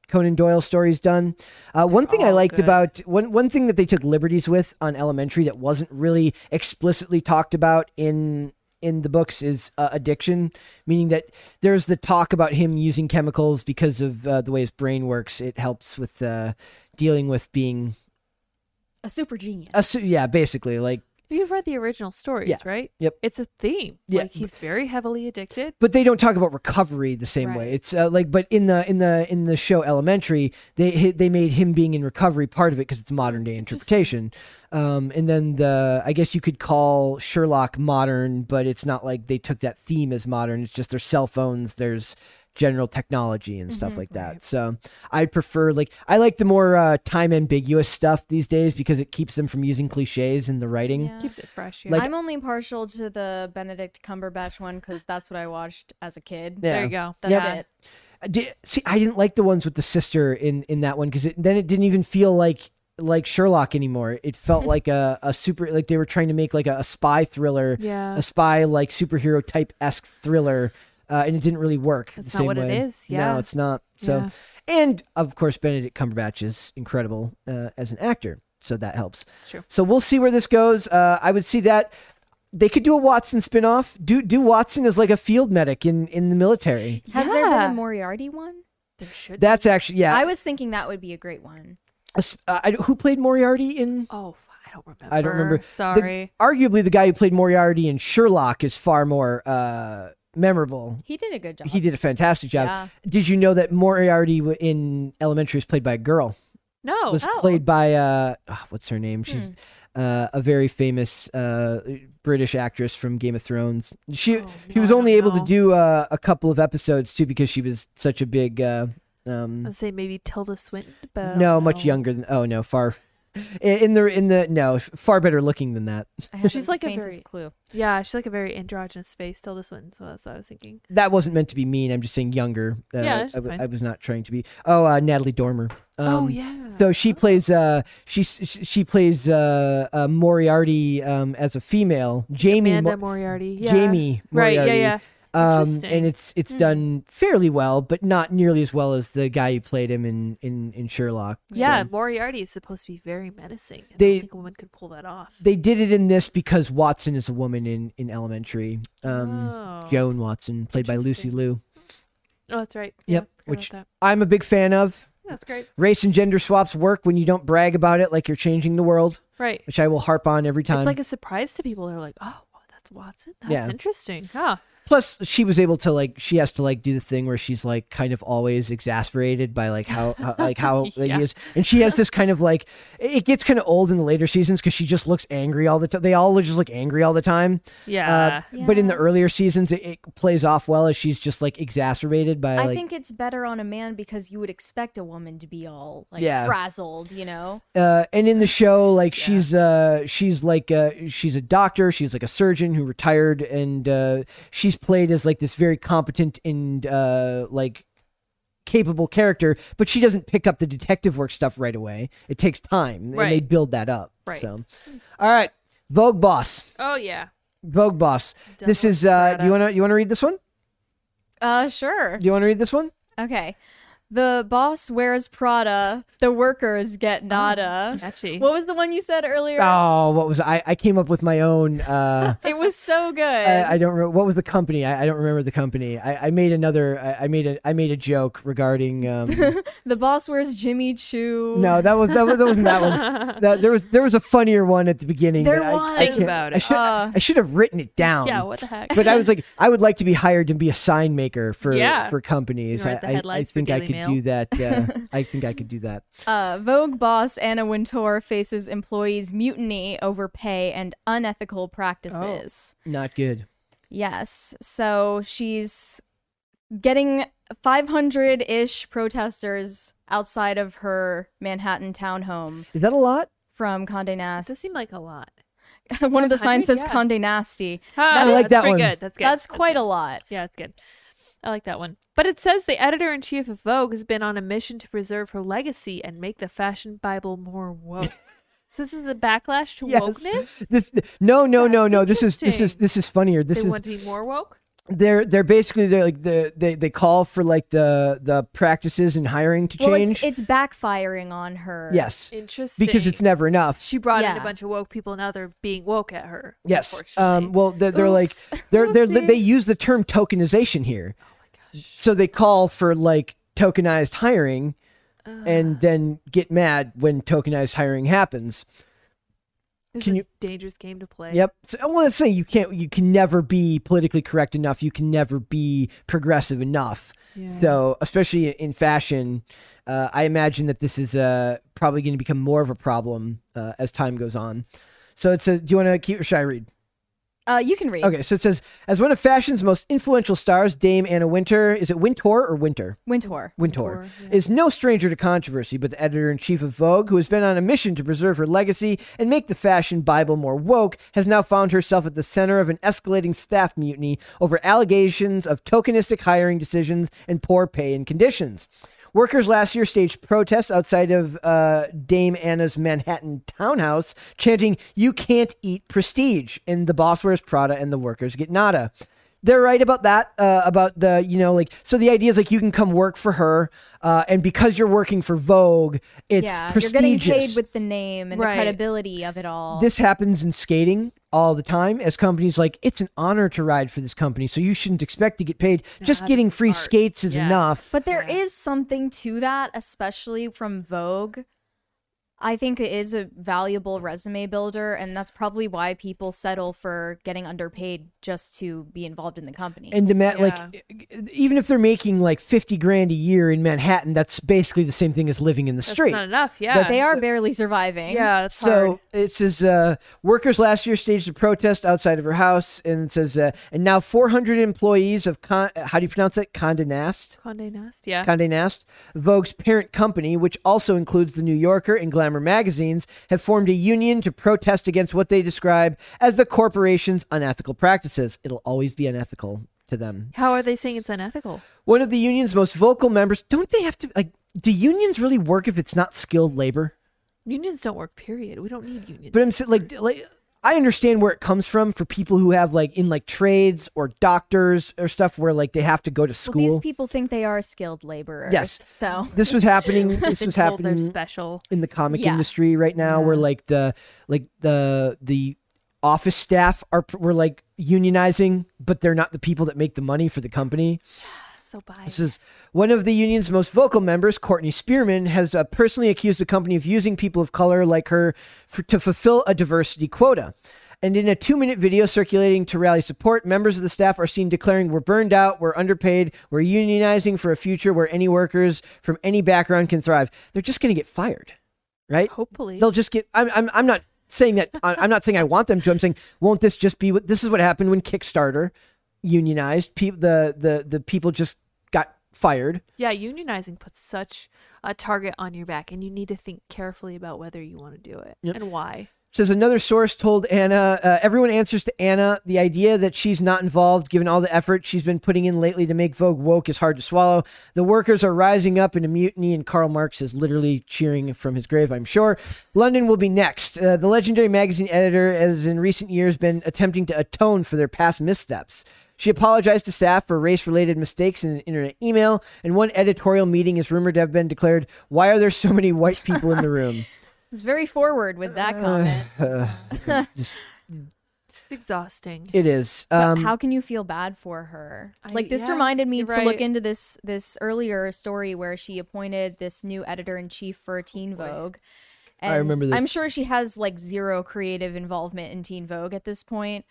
A: Conan Doyle stories done. Uh, one thing I
B: all
A: liked
B: good.
A: about one one thing that they took liberties with on Elementary that wasn't really explicitly talked about in in the books is uh, addiction, meaning that there's the talk about him using chemicals because of uh, the way his brain works. It helps with uh, dealing with being,
C: A super genius.
A: a, su- yeah, basically like
B: You've read the original stories,
A: Yeah.
B: right?
A: Yep.
B: It's a theme.
A: Yeah.
B: Like he's very heavily addicted.
A: but they don't talk about recovery the same way.
B: Right.
A: It's uh, like, but in the in the in the show Elementary, they hi- they made him being in recovery part of it because it's modern day interpretation. Um, and then the I guess you could call Sherlock modern, but it's not like they took that theme as modern. It's just there's cell phones, there's general technology and
B: Mm-hmm.
A: stuff like that. So I prefer like I like the more uh, time ambiguous stuff these days because it keeps them from using cliches in the writing.
C: Yeah.
B: Keeps it fresh. Yeah.
A: Like-
C: I'm only partial to the Benedict Cumberbatch one because that's what I watched as a kid.
A: Yeah.
B: there you go.
C: That's
B: Yeah.
C: it.
A: Di see, I didn't like the ones with the sister in in that one because it, then it didn't even feel like like Sherlock anymore. It
B: (laughs)
A: felt like a a super like they were trying to make like a, a spy thriller,
B: Yeah.
A: a spy like superhero type esque thriller, uh, and it didn't really work.
B: That's
A: the
B: not
A: same
B: what it
A: way.
B: is, yeah.
A: no, it's not. So,
B: Yeah.
A: and of course Benedict Cumberbatch is incredible uh, as an actor, so that helps.
B: It's true.
A: So we'll see where this goes. Uh, I would see that. They could do a Watson spinoff. Do do Watson as like a field medic in, in the military.
C: Has there been
B: Yeah.
C: a Moriarty one?
B: There should
A: That's actually yeah.
C: I was thinking that would be a great one.
A: a s- uh, I don't- who played Moriarty in?
B: Oh, f- I don't remember.
A: I don't remember. The-
B: Sorry.
A: arguably, the guy who played Moriarty in Sherlock is far more uh, memorable.
C: He did a good job.
A: He did a fantastic job.
C: Yeah.
A: Did you know that Moriarty w- in Elementary was played by a girl?
B: no.
A: was
C: Oh.
A: played by uh, ah, what's her name? She's
B: Hmm.
A: uh, a very famous uh, British actress from Game of Thrones. She
B: Oh,
A: she
B: no,
A: was
B: I don't
A: only able to
B: know.
A: do uh, a couple of episodes too because she was such a big. Uh, um,
B: I'd say maybe Tilda Swinton, but I don't
A: no, much
B: know.
A: younger than. Oh no, far in the in the no, far better looking than that. (laughs)
C: I haven't
B: She's
C: the
B: like a
C: faintest
B: very-
C: clue.
B: Yeah, she's like a very androgynous face, Tilda Swinton. So that's what I was thinking.
A: That wasn't meant to be mean. I'm just saying younger. Uh,
B: Yeah, it's
A: I, w-
B: fine.
A: I was not trying to be. Oh, uh, Natalie Dormer. Um,
B: oh yeah.
A: So she plays. Uh, she she she plays uh, uh, Moriarty um, as a female. Jamie.
B: Amanda
A: Mo-
B: Moriarty. Yeah.
A: Jamie.
B: Right.
A: Moriarty.
B: Yeah. Yeah.
A: Um,
B: Interesting. Mm-hmm.
A: and it's it's done fairly well, but not nearly as well as the guy who played him in in, in Sherlock.
B: Yeah,
A: So-
B: Moriarty is supposed to be very menacing. I
A: They-
B: don't think a woman could pull that off.
A: they did it in this because Watson is a woman in in Elementary. Um,
B: oh.
A: Joan Watson, played by Lucy
B: Interesting.
A: Liu.
B: Oh, that's right.
A: Yep,
B: forgot about
A: which
B: that.
A: I'm a big fan of.
B: that's great.
A: Race and gender swaps work when you don't brag about it like you're changing the world,
B: Right.
A: which I will harp on every time.
B: It's like a surprise to people. They're like, "Oh, wow, that's Watson. That's
A: Yeah.
B: interesting." Huh.
A: Plus, she was able to like she has to like do the thing where she's like kind of always exasperated by like how,
B: (laughs)
A: how like how
B: Yeah.
A: he is, and she has this kind of like it it gets kind of old in the later seasons because she just looks angry all the time. They all just look angry all the time.
B: Yeah.
A: Uh, But in the
C: Yeah.
A: earlier seasons, it, it plays off well as she's just like exacerbated by
C: I
A: like
C: think it's better on a man because you would expect a woman to be all like
A: Yeah.
C: frazzled, you know?
A: uh, and in the show like she's uh she's like uh she's a doctor she's like a surgeon who retired and uh she's played as like this very competent and uh like capable character but she doesn't pick up the detective work stuff right away it takes time and they
B: Right.
A: build that up
B: Right.
A: so all right vogue boss
B: oh yeah.
A: vogue boss
B: Done
A: this
B: with
A: is uh do you
B: Greta.
A: want to you want to read this one
C: Uh, sure.
A: do you want to read this one
C: Okay. The boss wears Prada, the workers get nada.
B: Catchy.
C: What was the one you said earlier?
A: oh what was i i came up with my own uh
C: It was so good.
A: (laughs) I, I don't remember what was the company. I, I don't remember the company. I, I made another. I, I made a. I made a joke regarding.
B: (laughs)
A: Um,
C: the boss wears Jimmy Choo.
A: no, that was that, was, that wasn't that
B: (laughs)
A: one. That, there was there was a funnier one at the beginning.
C: There
A: that I, I
C: was.
B: Think
A: can't-
B: about
A: I
B: it.
A: should,
C: Uh.
A: I should have written it down.
B: yeah. What the heck?
A: But I was like, I would like to be hired to be a sign maker for
B: Yeah.
A: for companies.
B: You
A: I,
B: write the
A: I, I
B: headlines for
A: think I
B: Daily
A: could
B: Mail.
A: do that.
B: (laughs)
A: Uh, I think I could do that.
C: Uh, Vogue boss Anna Wintour faces employees' mutiny over pay and unethical
A: Oh.
C: practices.
A: Not good.
C: Yes. So she's getting 500 ish protesters outside of her Manhattan townhome
A: Is that a lot?
C: from Conde
B: (laughs) it does
C: Nast.
B: seem like a lot.
C: (laughs) One of the signs
B: 500?
C: says
B: Yeah.
C: Conde Nasty.
B: Huh,
A: I like
B: that's
A: that
B: pretty
A: one.
B: Good. That's good.
C: That's quite a lot.
B: Yeah, it's good. I like that one. But it says the editor in chief (laughs) of Vogue has been on a mission to preserve her legacy and make the fashion Bible more woke. So this is the backlash to
A: Yes.
B: wokeness.
A: This no no no
B: That's
A: no. This is this is
B: interesting.
A: this is funnier. This
B: they
A: is
B: want to be more woke.
A: they're they're basically they're like the they they call for like the the practices and hiring to
C: Well,
A: change.
C: it's it's backfiring on her.
A: yes,
B: Interesting.
A: because it's never enough.
B: she brought in
C: Yeah.
B: a bunch of woke people. Now they're being woke at her.
A: Yes.
B: unfortunately.
A: Um, well, they're, they're like
C: Oops. (laughs) Oh
A: they're they're they
B: Oopsie.
A: use the term tokenization here. So they call for like tokenized hiring, and then get mad when tokenized hiring happens.
B: This
A: can
B: is
A: you-
B: a dangerous game to play.
A: Yep. So I want to say you can't you can never be politically correct enough. You can never be progressive enough.
B: Yeah.
A: So especially in fashion, uh, I imagine that this is uh, probably going to become more of a problem uh, as time goes on. So it says, do you want to keep or should I read?
C: Uh, you can read.
A: Okay, so it says, as one of fashion's most influential stars, Dame Anna Winter, is it Wintour or Winter?
C: Wintour.
A: Wintour,
B: Wintour, yeah.
A: is no stranger to controversy, but the editor in chief of Vogue, who has been on a mission to preserve her legacy and make the fashion Bible more woke, has now found herself at the center of an escalating staff mutiny over allegations of tokenistic hiring decisions and poor pay and conditions. Workers last year staged protests outside of uh, Dame Anna's Manhattan townhouse, chanting, You can't eat prestige, and the boss wears Prada and the workers get nada they're right about that uh, about the you know like so the idea is like you can come work for her uh, and because you're working for vogue it's
C: yeah, you're
A: prestigious
C: getting paid with the name and
B: Right.
C: the credibility of it all.
A: this happens in skating all the time as companies like it's an honor to ride for this company so you shouldn't expect to get paid just getting free
B: smart.
A: skates is
B: Yeah.
A: enough
C: But there is something to that, especially from Vogue. I think it is a valuable resume builder, and that's probably why people settle for getting underpaid just to be involved in the company.
A: and demand
B: Yeah.
A: like e, even if they're making like 50 grand a year in manhattan that's basically the same thing as living in the
B: That's
A: street
B: not enough. Yeah.
C: they are barely surviving.
B: Yeah. That's
A: So
B: hard.
A: it says uh, workers last year staged a protest outside of her house, and it says uh, and now 400 employees of Con- uh, how do you pronounce it Condé Nast
B: Condé Nast. Yeah.
A: Condé Nast, Vogue's parent company, which also includes The New Yorker and Glamour magazines, have formed a union to protest against what they describe as the corporation's unethical practices. It'll always be unethical to them.
B: How are they saying it's unethical?
A: One of the union's most vocal members. Don't they have to like? Do unions really work if it's not skilled labor?
B: Unions don't work. Period. We don't need unions. (laughs)
A: But I'm sa- like, like I understand where it comes from for people who have like in like trades or doctors or stuff where like they have to go to
C: Well,
A: school.
C: these people think they are skilled laborers.
A: Yes.
C: So
A: this
C: (laughs)
A: was happening. This
B: They're
A: was
B: told They're
A: happening
B: special.
A: in the comic
C: Yeah.
A: industry right now, where like the like the the office staff are were like unionizing, but they're not the people that make the money for the company.
B: So bye.
A: This is one of the union's most vocal members, Courtney Spearman, has uh, personally accused the company of using people of color like her for, to fulfill a diversity quota. And in a two minute video circulating to rally support, members of the staff are seen declaring, We're burned out, we're underpaid, we're unionizing for a future where any workers from any background can thrive. They're just going to get fired, right?
B: Hopefully.
A: They'll just get. I'm, I'm, I'm not saying that. I- I'm not saying I want them to. I'm saying, won't this just be what this is what happened when Kickstarter unionized? Pe- the, the, the people just got fired.
B: Yeah, unionizing puts such a target on your back, and you need to think carefully about whether you want to do it
A: Yep.
B: and why.
A: Says another source told Anna, uh, everyone answers to Anna. The idea that she's not involved, given all the effort she's been putting in lately to make Vogue woke, is hard to swallow. The workers are rising up in a mutiny, and Karl Marx is literally cheering from his grave, I'm sure. London will be next. Uh, the legendary magazine editor has in recent years been attempting to atone for their past missteps. She apologized to staff for race related mistakes in an internet email, and one editorial meeting is rumored to have been declared Why are there so many white people in the room? Uh,
C: it's very forward with that
B: Uh,
C: comment.
B: It's exhausting.
A: It is.
C: But
A: Um,
C: how can you feel bad for her?
B: I-
C: like this
B: yeah,
C: reminded me
B: you're
C: to
B: right.
C: look into this this earlier story where she appointed this new editor in chief
B: Oh,
C: for Teen Vogue. And
A: I remember this.
C: I'm sure she has like zero creative involvement in Teen Vogue at this point.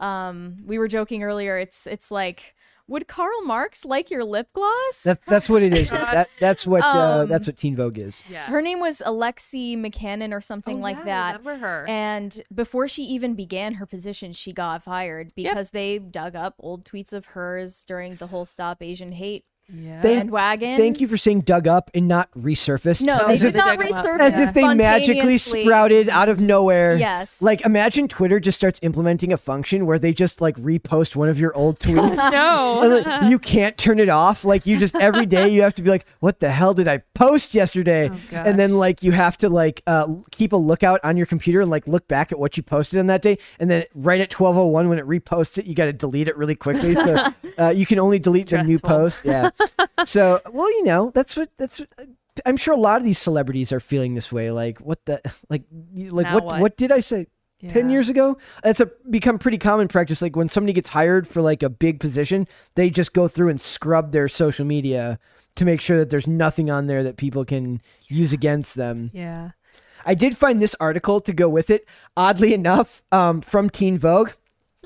C: Um, we were joking earlier. It's it's like, would Karl Marx like your lip gloss?
A: That's that's what it
C: (laughs)
A: is. that that's what uh,
C: Um,
A: that's what Teen Vogue is.
B: yeah. Oh,
C: Her name was Alexi McCannon or something like that.
B: remember her?
C: And before she even began her position, she got fired because they dug up old tweets of hers during the whole Stop Asian Hate
B: Yeah. (laughs)
A: They-
C: bandwagon.
A: Thank you for saying dug up and not resurfaced.
C: No,
B: Oh,
C: they
A: as
B: so
C: did
A: if,
B: they
C: not
B: dug 'em up.
C: resurface.
A: as if they magically
C: spontaneously.
A: sprouted out of nowhere.
C: Yes.
A: Like imagine Twitter just starts implementing a function where they just like repost one of your old tweets. (laughs) And,
B: no.
A: like, you can't turn it off. Like you just every day you have to be like, what the hell did I post yesterday?
B: Oh,
A: and then
B: gosh.
A: like you have to like uh, l- keep a lookout on your computer and like look back at what you posted on that day. And then right at twelve oh one when it reposts it, you got to delete it really quickly.
B: (laughs)
A: So uh, you can only delete the new
B: Stressful.
A: post.
B: (laughs)
A: Yeah. so well, you know that's what that's. What, I'm sure a lot of these celebrities are feeling this way. Like what the like you- like
B: Now
A: what,
B: what?
A: what did I say? 10
B: Yeah.
A: years ago that's a become pretty common practice like when somebody gets hired for like a big position they just go through and scrub their social media to make sure that there's nothing on there that people can use against them
B: Yeah.
A: i did find this article to go with it oddly enough um, from teen vogue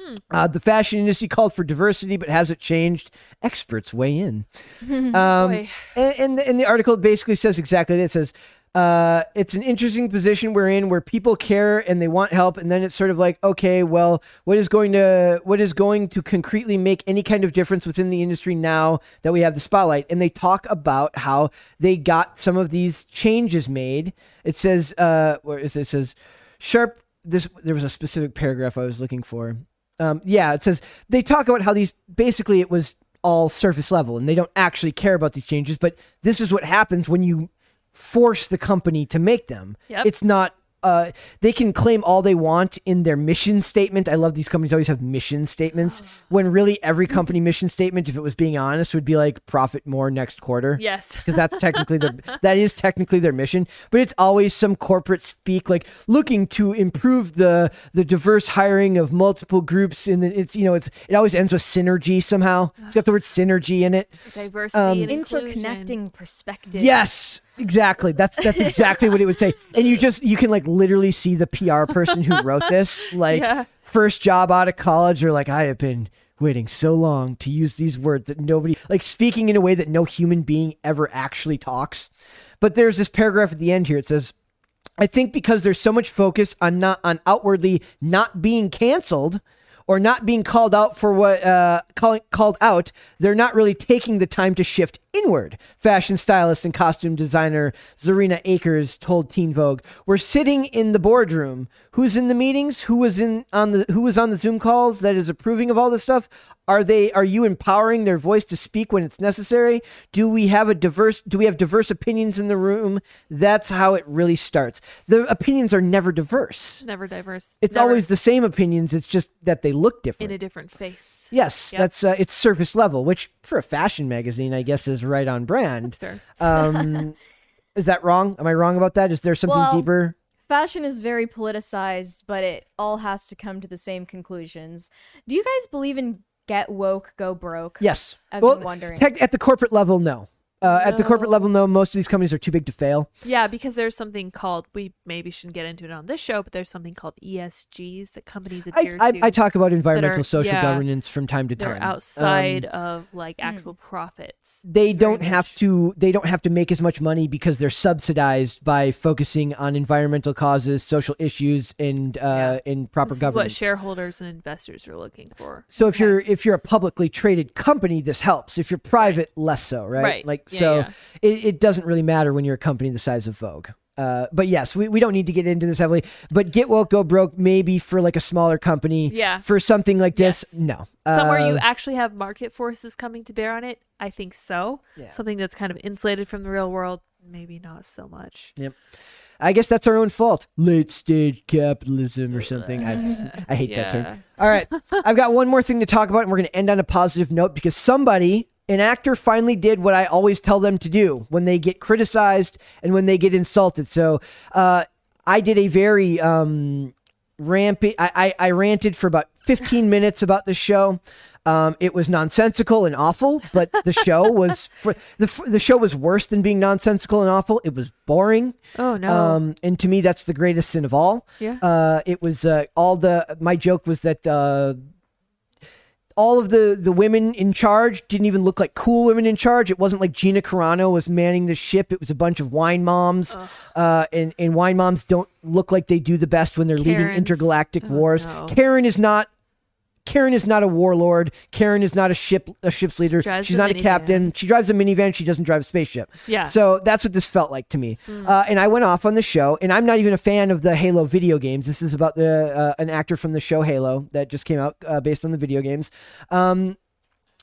B: Hmm.
A: uh, the fashion industry called for diversity but has it changed experts weigh in um,
B: Boy.
A: and, and, the, and the article basically says exactly that. It says, uh, it's an interesting position we're in where people care and they want help. And then it's sort of like, okay, well, what is going to, what is going to concretely make any kind of difference within the industry now that we have the spotlight? And they talk about how they got some of these changes made. It says, uh, where is it? It says, sharp, this, there was a specific paragraph I was looking for. Um, yeah, it says they talk about how these basically it was all surface level and they don't actually care about these changes, but this is what happens when you force the company to make them.
B: Yep.
A: It's not. Uh, they can claim all they want in their mission statement. I love these companies always have mission
B: Ah.
A: statements when really every company mission statement, if it was being honest, would be like profit more next quarter (laughs)
B: Yes. (laughs)
A: because that's technically their that is technically their mission but it's always some corporate speak like looking to improve the the diverse hiring of multiple groups and then it's you know it's it always ends with synergy somehow it's got the word synergy in it
B: Diversity
A: um,
B: and inclusion.
C: interconnecting perspective.
A: yes exactly that's that's exactly what it would say and you just you can like literally see the pr person who wrote this like
B: Yeah.
A: first job out of college you're like i have been waiting so long to use these words that nobody like speaking in a way that no human being ever actually talks but there's this paragraph at the end here it says I think because there's so much focus on not on outwardly not being canceled or not being called out for what uh, calling called out, they're not really taking the time to shift inward. Fashion stylist and costume designer Zarina Akers told Teen Vogue, "We're sitting in the boardroom. Who's in the meetings? Who was in on the who was on the Zoom calls that is approving of all this stuff? Are they are you empowering their voice to speak when it's necessary? Do we have a diverse do we have diverse opinions in the room? That's how it really starts. The opinions are never diverse.
B: Never diverse.
A: It's
B: Never
A: always the same opinions. It's just that they look
B: in
A: different.
B: a different face.
A: yes,
B: Yep.
A: that's uh, it's surface level, which for a fashion magazine, I guess, is right on brand.
B: That's fair. (laughs)
A: Um, is that wrong? Am I wrong about that? Is there something
C: Well,
A: deeper?
C: Fashion is very politicized, but it all has to come to the same conclusions. Do you guys believe in get woke, go broke?
A: Yes.
C: I've
A: well,
C: been wondering.
A: tech- at the corporate level, no. Uh, At the corporate
B: No.
A: level, no. Most of these companies are too big to fail.
B: Yeah, because there's something called we maybe shouldn't get into it on this show, but there's something called ESGs that companies
A: I,
B: adhere
A: I,
B: to.
A: I talk about environmental social
B: yeah,
A: governance from time to time.
B: They're
A: Um,
B: outside of like actual profits.
A: they
B: It's very
A: don't have
B: much-
A: to they don't have to make as much money because they're subsidized by focusing on environmental causes, social issues and uh and proper
B: This is what
A: governance.
B: shareholders and investors are looking for.
A: so if you're if you're a publicly traded company, this helps. If you're private, less so, right?
B: Right.
A: Like
B: Yeah,
A: so
B: yeah.
A: It, it doesn't really matter when you're a company the size of Vogue. Uh, but yes, we, we don't need to get into this heavily. But get woke, go broke, maybe for like a smaller company.
B: Yeah.
A: For something like this,
B: Yes.
A: no.
B: Somewhere you
A: Uh,
B: actually have market forces coming to bear on it. I think so.
A: Yeah.
B: Something that's kind of insulated from the real world, maybe not so much.
A: Yep. I guess that's our own fault. Late stage capitalism or something. I, I hate that
B: Yeah.
A: term. All right. I've got one more thing to talk about, and we're going to end on a positive note because somebody, an actor, finally did what I always tell them to do when they get criticized and when they get insulted. So uh, I did a very um, rampant, I, I, I ranted for about 15 minutes about this show. Um, it was nonsensical and awful, but the show was for, the the show was worse than being nonsensical and awful. It was boring.
B: Oh no.
A: Um, and to me, that's the greatest sin of all.
B: Yeah.
A: Uh, it was uh, all the my joke was that uh, all of the the women in charge didn't even look like cool women in charge. It wasn't like Gina Carano was manning the ship. It was a bunch of wine moms, uh, and and wine moms don't look like they do the best when they're leading
B: Karens.
A: intergalactic
B: Oh,
A: wars.
B: no.
A: Karen is not Karen is not a warlord. Karen is not a ship a ship's leader.
B: drives
A: She's
B: a
A: not a
B: minivan.
A: captain. She drives a minivan. She doesn't drive a spaceship.
B: Yeah.
A: So that's what this felt like to me. Uh, and I went off on the show, and I'm not even a fan of the Halo video games. This is about the uh, an actor from the show Halo that just came out uh, based on the video games. Um,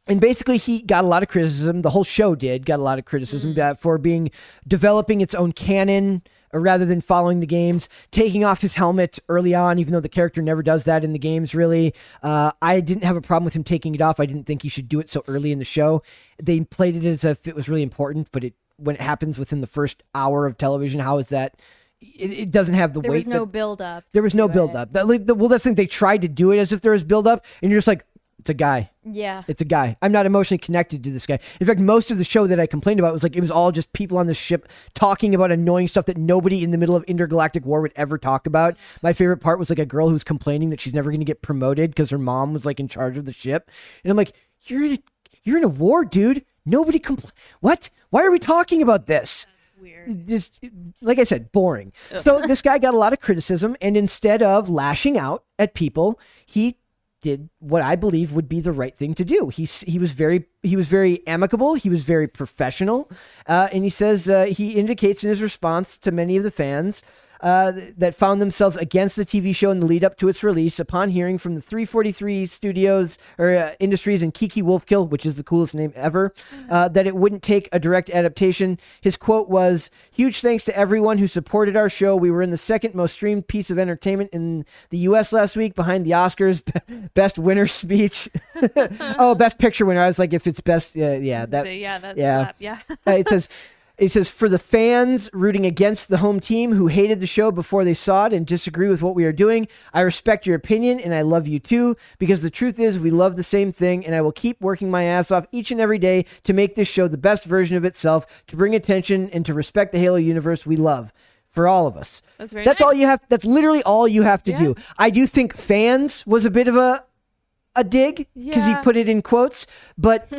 A: and basically he got a lot of criticism the whole show did got a lot of
C: Mm.
A: criticism uh, for being developing its own canon uh, rather than following the games taking off his helmet early on even though the character never does that in the games really uh, i didn't have a problem with him taking it off i didn't think he should do it so early in the show they played it as if it was really important but it when it happens within the first hour of television how is that it, it doesn't have the
C: There
A: weight
C: was no
A: that-
C: build up.
A: there was no build up that, like, the, well that's the thing they tried to do it as if there was build up and you're just like it's a guy
C: Yeah.
A: it's a guy. I'm not emotionally connected to this guy. In fact, most of the show that I complained about was like it was all just people on the ship talking about annoying stuff that nobody in the middle of intergalactic war would ever talk about. My favorite part was like a girl who's complaining that she's never going to get promoted because her mom was like in charge of the ship, and I'm like, you're in a you're in a war, dude. Nobody compl- What? Why are we talking about this? just like I said, boring. So this guy got a lot of criticism, and instead of lashing out at people, he did what I believe would be the right thing to do. He s- he was very he was very amicable. He was very professional, uh, and he says uh, he indicates in his response to many of the fans. Uh, th- that found themselves against the TV show in the lead up to its release upon hearing from the 343 studios or uh, industries and Kiki Wolfkill, which is the coolest name ever, uh, that it wouldn't take a direct adaptation. His quote was Huge thanks to everyone who supported our show. We were in the second most streamed piece of entertainment in the U.S. last week behind the Oscars (laughs) Best Winner speech. (laughs) oh, Best Picture winner. I was like, if it's best, uh, yeah, that,
B: yeah, that's
A: yeah.
B: slap, yeah. (laughs)
A: uh, it says it says for the fans rooting against the home team who hated the show before they saw it and disagree with what we are doing i respect your opinion and i love you too because the truth is we love the same thing and i will keep working my ass off each and every day to make this show the best version of itself to bring attention and to respect the halo universe we love for all of us
B: That's very
A: that's
B: nice.
A: all you have that's literally all you have to
B: Yeah.
A: do i do think fans was a bit of a a dig because
B: Yeah.
A: he put it in quotes but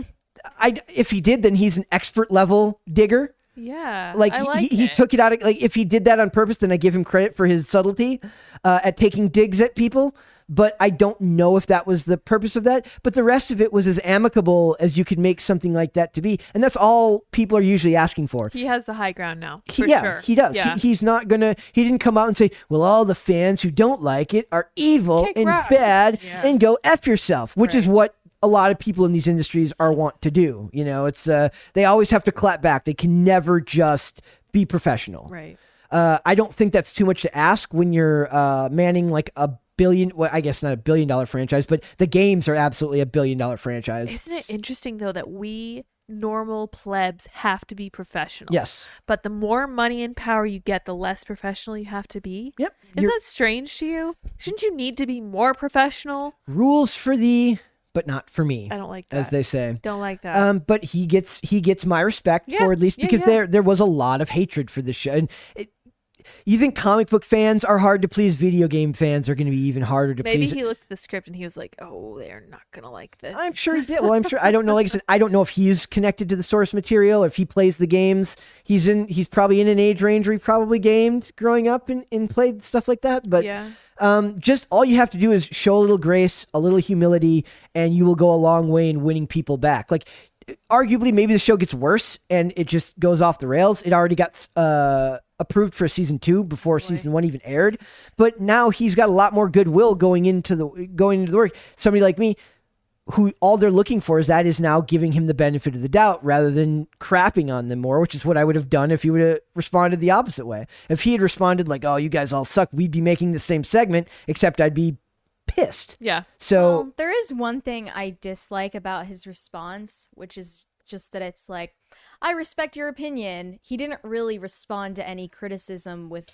A: I, if he did then he's an expert level digger
B: Yeah.
A: like,
B: I
A: he-
B: like
A: he, he
B: it.
A: took it out of like if he did that on purpose then i give him credit for his subtlety uh, at taking digs at people but i don't know if that was the purpose of that but the rest of it was as amicable as you could make something like that to be and that's all people are usually asking for
B: He has the high ground now.
A: he,
B: for
A: yeah,
B: sure.
A: he does.
B: Yeah.
A: He, he's not gonna. He didn't come out and say, "Well, all the fans who don't like it are evil
B: Kick
A: and
B: rocks."
A: bad
B: Yeah.
A: and go f yourself," which is
B: Right.
A: what a lot of people in these industries are want to do. You know, it's uh, they always have to clap back. They can never just be professional.
B: right.
A: Uh, I don't think that's too much to ask when you're uh, manning like a billion. Well, I guess not a billion dollar franchise, but the games are absolutely a billion dollar franchise.
B: Isn't it interesting though that we normal plebs have to be professional?
A: yes.
B: But the more money and power you get, the less professional you have to be.
A: Yep.
B: Isn't
A: Your
B: that strange to you? Shouldn't you need to be more professional?
A: rules for thee, but not for me.
B: I don't like that.
A: as they say.
B: don't like that.
A: Um, but he gets he gets my respect
B: Yeah,
A: for at least
B: yeah,
A: because
B: yeah.
A: there there was a lot of hatred for this show. And it, you think comic book fans are hard to please? Video game fans are going to be even harder to
B: Maybe
A: please.
B: he looked at the script and he was like, "Oh, they're not gonna like this."
A: I'm sure he did. Well, I'm sure. I don't know. Like I said, I don't know if he's connected to the source material. If he plays the games, he's in. He's probably in an age range where he probably gamed growing up and, and played stuff like that. But
B: Yeah.
A: um, just all you have to do is show a little grace, a little humility, and you will go a long way in winning people back. Like, arguably, maybe the show gets worse and it just goes off the rails. It already got uh, approved for season two before season one even aired, but now he's got a lot more goodwill going into the going into the work. Somebody like me. Who all they're looking for is that is now giving him the benefit of the doubt rather than crapping on them more, which is what I would have done if he would have responded the opposite way. If he had responded like, "Oh, you guys all suck," we'd be making the same segment, except I'd be pissed.
B: Yeah.
A: So
C: Well, Um, there is one thing I dislike about his response, which is just that it's like, I respect your opinion. He didn't really respond to any criticism with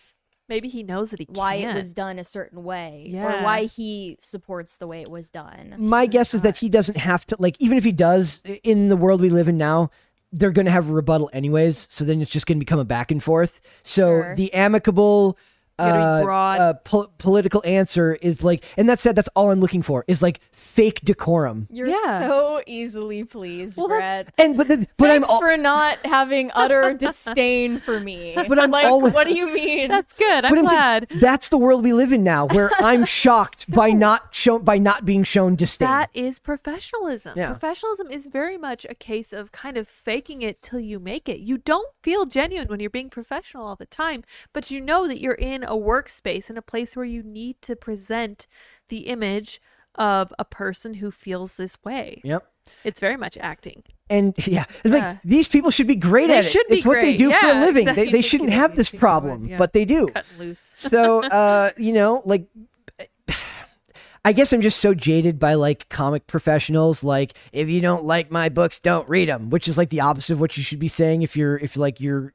B: Maybe he knows that he
C: why
B: can't.
C: it was done a certain way
B: Yeah.
C: or why he supports the way it was done.
A: my guess is that he doesn't have to like even if he does in the world we live in now they're going to have a rebuttal anyways so then it's just going to become a back and forth so
C: Sure.
A: the amicable
B: gotta be
A: uh,
B: broad.
A: uh, pol- political answer is like, and that said, that's all I'm looking for is like fake decorum.
C: You're
B: Yeah.
C: so easily pleased,
B: Well, that's-
C: Brett.
A: And but the, but I'm
C: Thanks
A: all,
C: for not having utter disdain for
B: (laughs)
C: me.
A: But I'm
C: like,
A: always-
C: what do you mean?
B: That's good. I'm
A: but I'm
B: glad.
A: saying, that's the world we live in now, where
B: (laughs)
A: I'm shocked by not shown by not being shown disdain.
B: That is professionalism.
A: Yeah.
B: Professionalism is very much a case of kind of faking it till you make it. You don't feel genuine when you're being professional all the time, but you know that you're in a workspace in a place where you need to present the image of a person who feels this way.
A: yep.
B: It's very much acting.
A: And (laughs) yeah, it's like
B: Yeah.
A: these people should be great
B: They
A: at it.
B: should be
A: it's what they
B: great.
A: do for
B: Yeah,
A: a living.
B: exactly.
A: They,
B: You
A: they
B: think
A: shouldn't
B: you
A: have
B: don't
A: this
B: think they would,
A: problem,
B: yeah.
A: but they do.
B: Cut loose.
A: so uh you know like i guess i'm just so jaded by like comic professionals like if you don't like my books don't read them which is like the opposite of what you should be saying if you're if like you're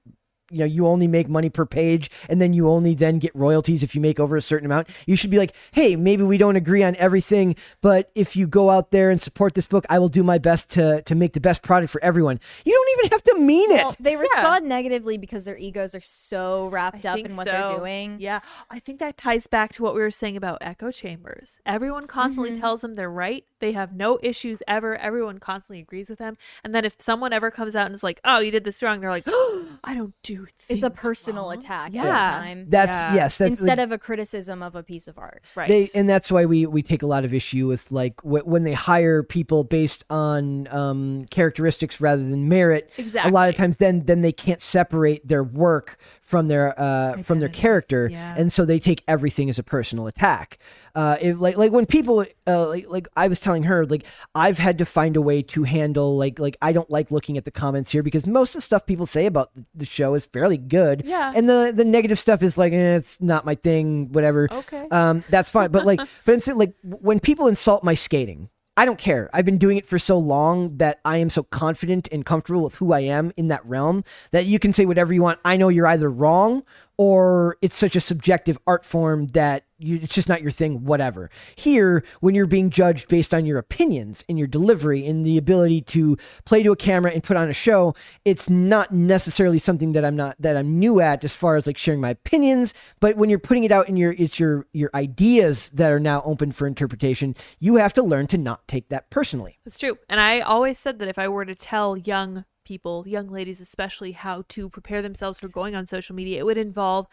A: you know you only make money per page and then you only then get royalties if you make over a certain amount you should be like hey maybe we don't agree on everything but if you go out there and support this book i will do my best to to make the best product for everyone you don't even have to mean it
C: Well, they respond negatively because their egos are so wrapped up
B: think
C: in what they're
B: so.
C: doing.
B: Yeah, I think that ties back to what we were saying about echo chambers. Everyone
C: Mm-hmm.
B: constantly tells them they're right. They have no issues ever. Everyone constantly agrees with them. And then if someone ever comes out and is like, "Oh, you did this wrong," they're like, (gasps) oh, "I don't do
C: It's
B: things."
C: a personal
B: wrong."
C: attack
B: Yeah.
C: at the time.
A: that's
B: Yeah.
A: yes that's
C: instead of a criticism of a piece of art.
B: right.
A: They, and that's why we we take a lot of issue with like wh- when they hire people based on um, characteristics rather than merit. A lot
B: Exactly.
A: of times, then then they can't separate their work from their uh, from their character,
B: Yeah.
A: and so they take everything as a personal attack. Uh, if, like like when people uh, like like I was telling her like I've had to find a way to handle like like I don't like looking at the comments here because most of the stuff people say about the- the show is fairly good,
B: Yeah.
A: and the the negative stuff is like eh, it's not my thing, whatever.
B: Okay.
A: Um, that's fine. But like, for instance, like w- when people insult my skating, I don't care. I've been doing it for so long that I am so confident and comfortable with who I am in that realm that you can say whatever you want. I know you're either wrong or it's such a subjective art form that you, it's just not your thing, whatever. Here, when you're being judged based on your opinions and your delivery and the ability to play to a camera and put on a show, it's not necessarily something that I'm not that I'm new at as far as like sharing my opinions. But when you're putting it out in your it's your your ideas that are now open for interpretation, you have to learn to not take that personally.
B: That's true. And I always said that if I were to tell young people, young ladies especially, how to prepare themselves for going on social media, it would involve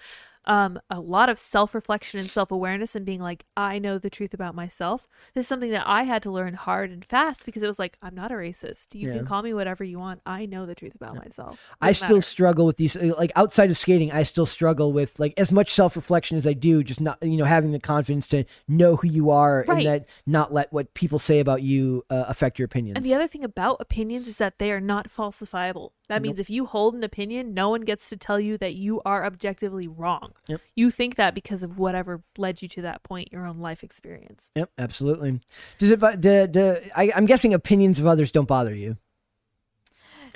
B: um, a lot of self reflection and self awareness and being like, I know the truth about myself. This is something that I had to learn hard and fast because it was like, I'm not a racist. You
A: Yeah.
B: can call me whatever you want. I know the truth about myself.
A: I
B: Doesn't
A: still
B: matter.
A: struggle with these uh, like outside of skating, I still struggle with like as much self-reflection as I do just not you know having the confidence to know who you are
B: Right.
A: and that not let what people say about you uh, affect your opinions.
B: And the other thing about opinions is that they are not falsifiable. That means if you hold an opinion, no one gets to tell you that you are objectively wrong.
A: Yep.
B: You think that because of whatever led you to that point, your own life experience.
A: Yep, absolutely. Does it? bo- Do, do, I, I'm guessing opinions of others don't bother you.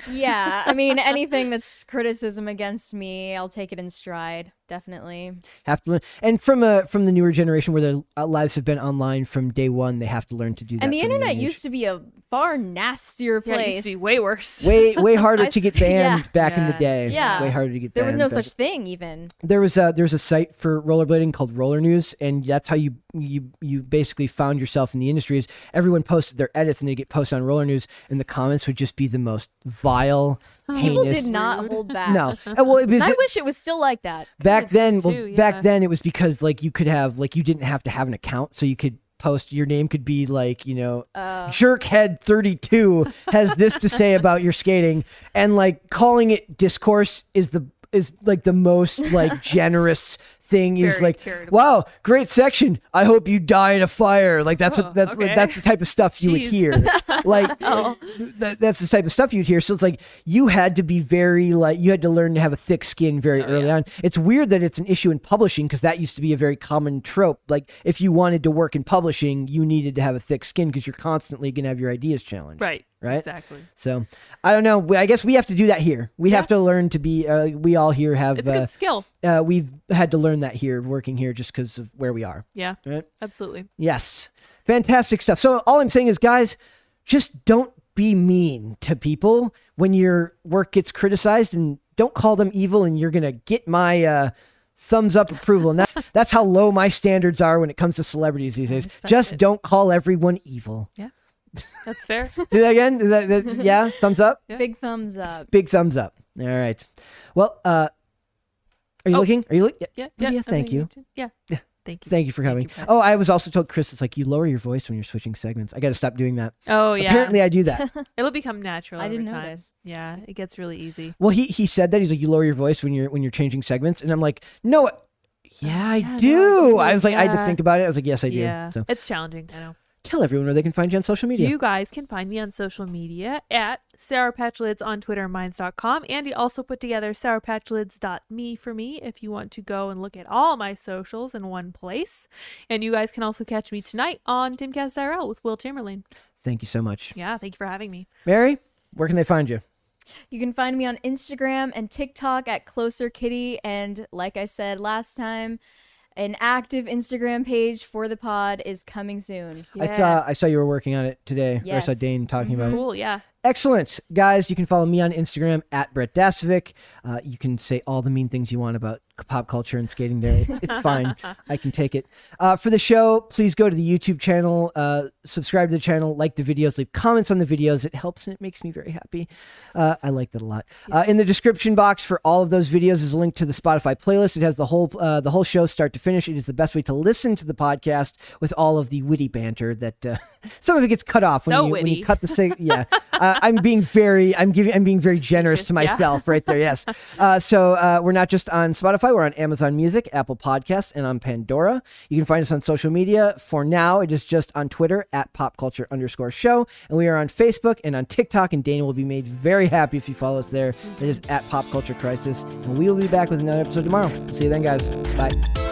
C: Yeah, I
B: (laughs)
C: mean anything that's criticism against me, I'll take it in stride. Definitely.
A: Have to learn, and from a from the newer generation where their uh, lives have been online from day one, they have to learn to do that.
C: And the
A: from a young
C: internet
A: age.
C: used to be a far nastier
B: Yeah, it
C: place.
B: used to be way worse. (laughs)
A: way way harder
C: (laughs) I
A: to get
C: st- yeah.
A: banned back in the
B: Yeah.
A: day.
C: Yeah.
A: way harder to get.
C: there was
A: banned
C: no
A: back-
C: such thing even.
A: There was a there was a site for rollerblading called Roller News, and that's how you you you basically found yourself in the industry. Is everyone posted their edits and they get posted on Roller News, and the comments would just be the most vile,
C: People
A: heinous.
C: did not hold
A: (laughs)
C: back. (laughs)
A: no, Uh, well, it was,
C: And I wish it was still like that.
A: back then well,
B: too, yeah.
A: back then it was because like you could have like you didn't have to have an account so you could post your name could be like you know
B: Oh.
C: Uh,
A: jerkhead 32 has this to say about your skating and like calling it discourse is the is like the most
B: (laughs)
A: like generous thing is
B: Very
A: like
B: charitable.
A: wow great section i hope you die in a fire like that's
B: Oh,
A: what that's like,
B: okay.
A: that's the type of stuff you would
B: Jeez.
A: hear (laughs)
B: (laughs)
A: like
B: Oh.
A: that, that's the type of stuff you'd hear so it's like you had to be very like you had to learn to have a thick skin very
B: Oh,
A: early on it's weird that it's an issue in publishing because that used to be a very common trope like if you wanted to work in publishing you needed to have a thick skin because you're constantly going to have your ideas challenged
B: Right.
A: Right?
B: Exactly.
A: so i don't know We- i guess we have to do that here we have to learn to be uh, we all here have
B: It's a
A: uh,
B: good skill.
A: uh, we've had to learn that here working here just because of where we are
B: Yeah.
A: right
B: Absolutely.
A: Yes. Fantastic stuff. So all I'm saying is guys, just don't be mean to people when your work gets criticized and don't call them evil and you're going to get my uh thumbs up approval, and
B: (laughs)
A: that's that's how low my standards are when it comes to celebrities these days.
B: respect
A: Just
B: it.
A: don't call everyone evil. (laughs)
B: That's fair.
A: Do that again. Is that-
B: (laughs)
A: that- yeah, thumbs up.
B: Yeah.
C: Big thumbs up.
A: Big thumbs up. All right. Well, uh, are you
B: Oh.
A: looking? Are you looking?
B: Yeah.
A: Yeah,
B: I
A: thank
B: think
A: you.
B: too. Yeah.
A: Yeah.
B: Thank you.
A: Thank you for coming.
B: Pat.
A: oh, I was also told Chris, it's like you lower your voice when you're switching segments. I got to stop doing that.
B: oh yeah.
A: Apparently, I do that.
B: It'll become natural.
C: I didn't
B: over time.
C: notice.
B: Yeah, it gets really easy.
A: well, he he said that he's like you lower your voice when you're when you're changing segments, and I'm like, no, yeah, I
B: Yeah, no, I
A: do.
B: do,
A: I was like, I had to
B: yeah.
A: think about it. I was like, yes, I do.
B: yeah,
A: So
B: it's challenging. I know.
A: tell everyone where they can find you on social media.
B: You guys can find me on social media at Sarah Patch Lids on Twitter and Minds.com. Andy also put together sarahpatchlids.me for me if you want to go and look at all my socials in one place. And you guys can also catch me tonight on Timcast IRL with Will Chamberlain.
A: Thank you so much,
B: Yeah, thank you for having me.
A: Mary. Where can they find you?
C: You can find me on Instagram and TikTok at Closer Kitty. And like I said last time, an active Instagram page for the pod is coming soon.
A: I saw I saw you were working on it today. or I saw
C: Yes.
A: Dane talking about it.
B: Cool, yeah.
A: Excellent. Guys, you can follow me on Instagram at Brett Dasovic. Uh, you can say all the mean things you want about c- pop culture and skating there. It- It's
B: (laughs)
A: fine. I can take it. Uh, for the show, please go to the YouTube channel, uh, subscribe to the channel, like the videos, leave comments on the videos. It helps and it makes me very happy. Uh, I like that a lot. Uh, in the description box for all of those videos is a link to the Spotify playlist. It has the whole uh, the whole show start to finish. It is the best way to listen to the podcast with all of the witty banter that uh, (laughs) some of it gets cut off
B: So
A: when, you, when you
B: witty.
A: (laughs) cut cut the sig- yeah uh, i'm being very i'm giving i'm being very generous to
B: Facetious, yeah.
A: myself right there yes uh, so uh, we're not just on spotify we're on amazon music apple Podcasts, and on pandora you can find us on social media for now it is just on twitter at pop culture underscore show and we are on facebook and on tiktok and dana will be made very happy if you follow us there it is at pop culture crisis and we will be back with another episode tomorrow see you then guys bye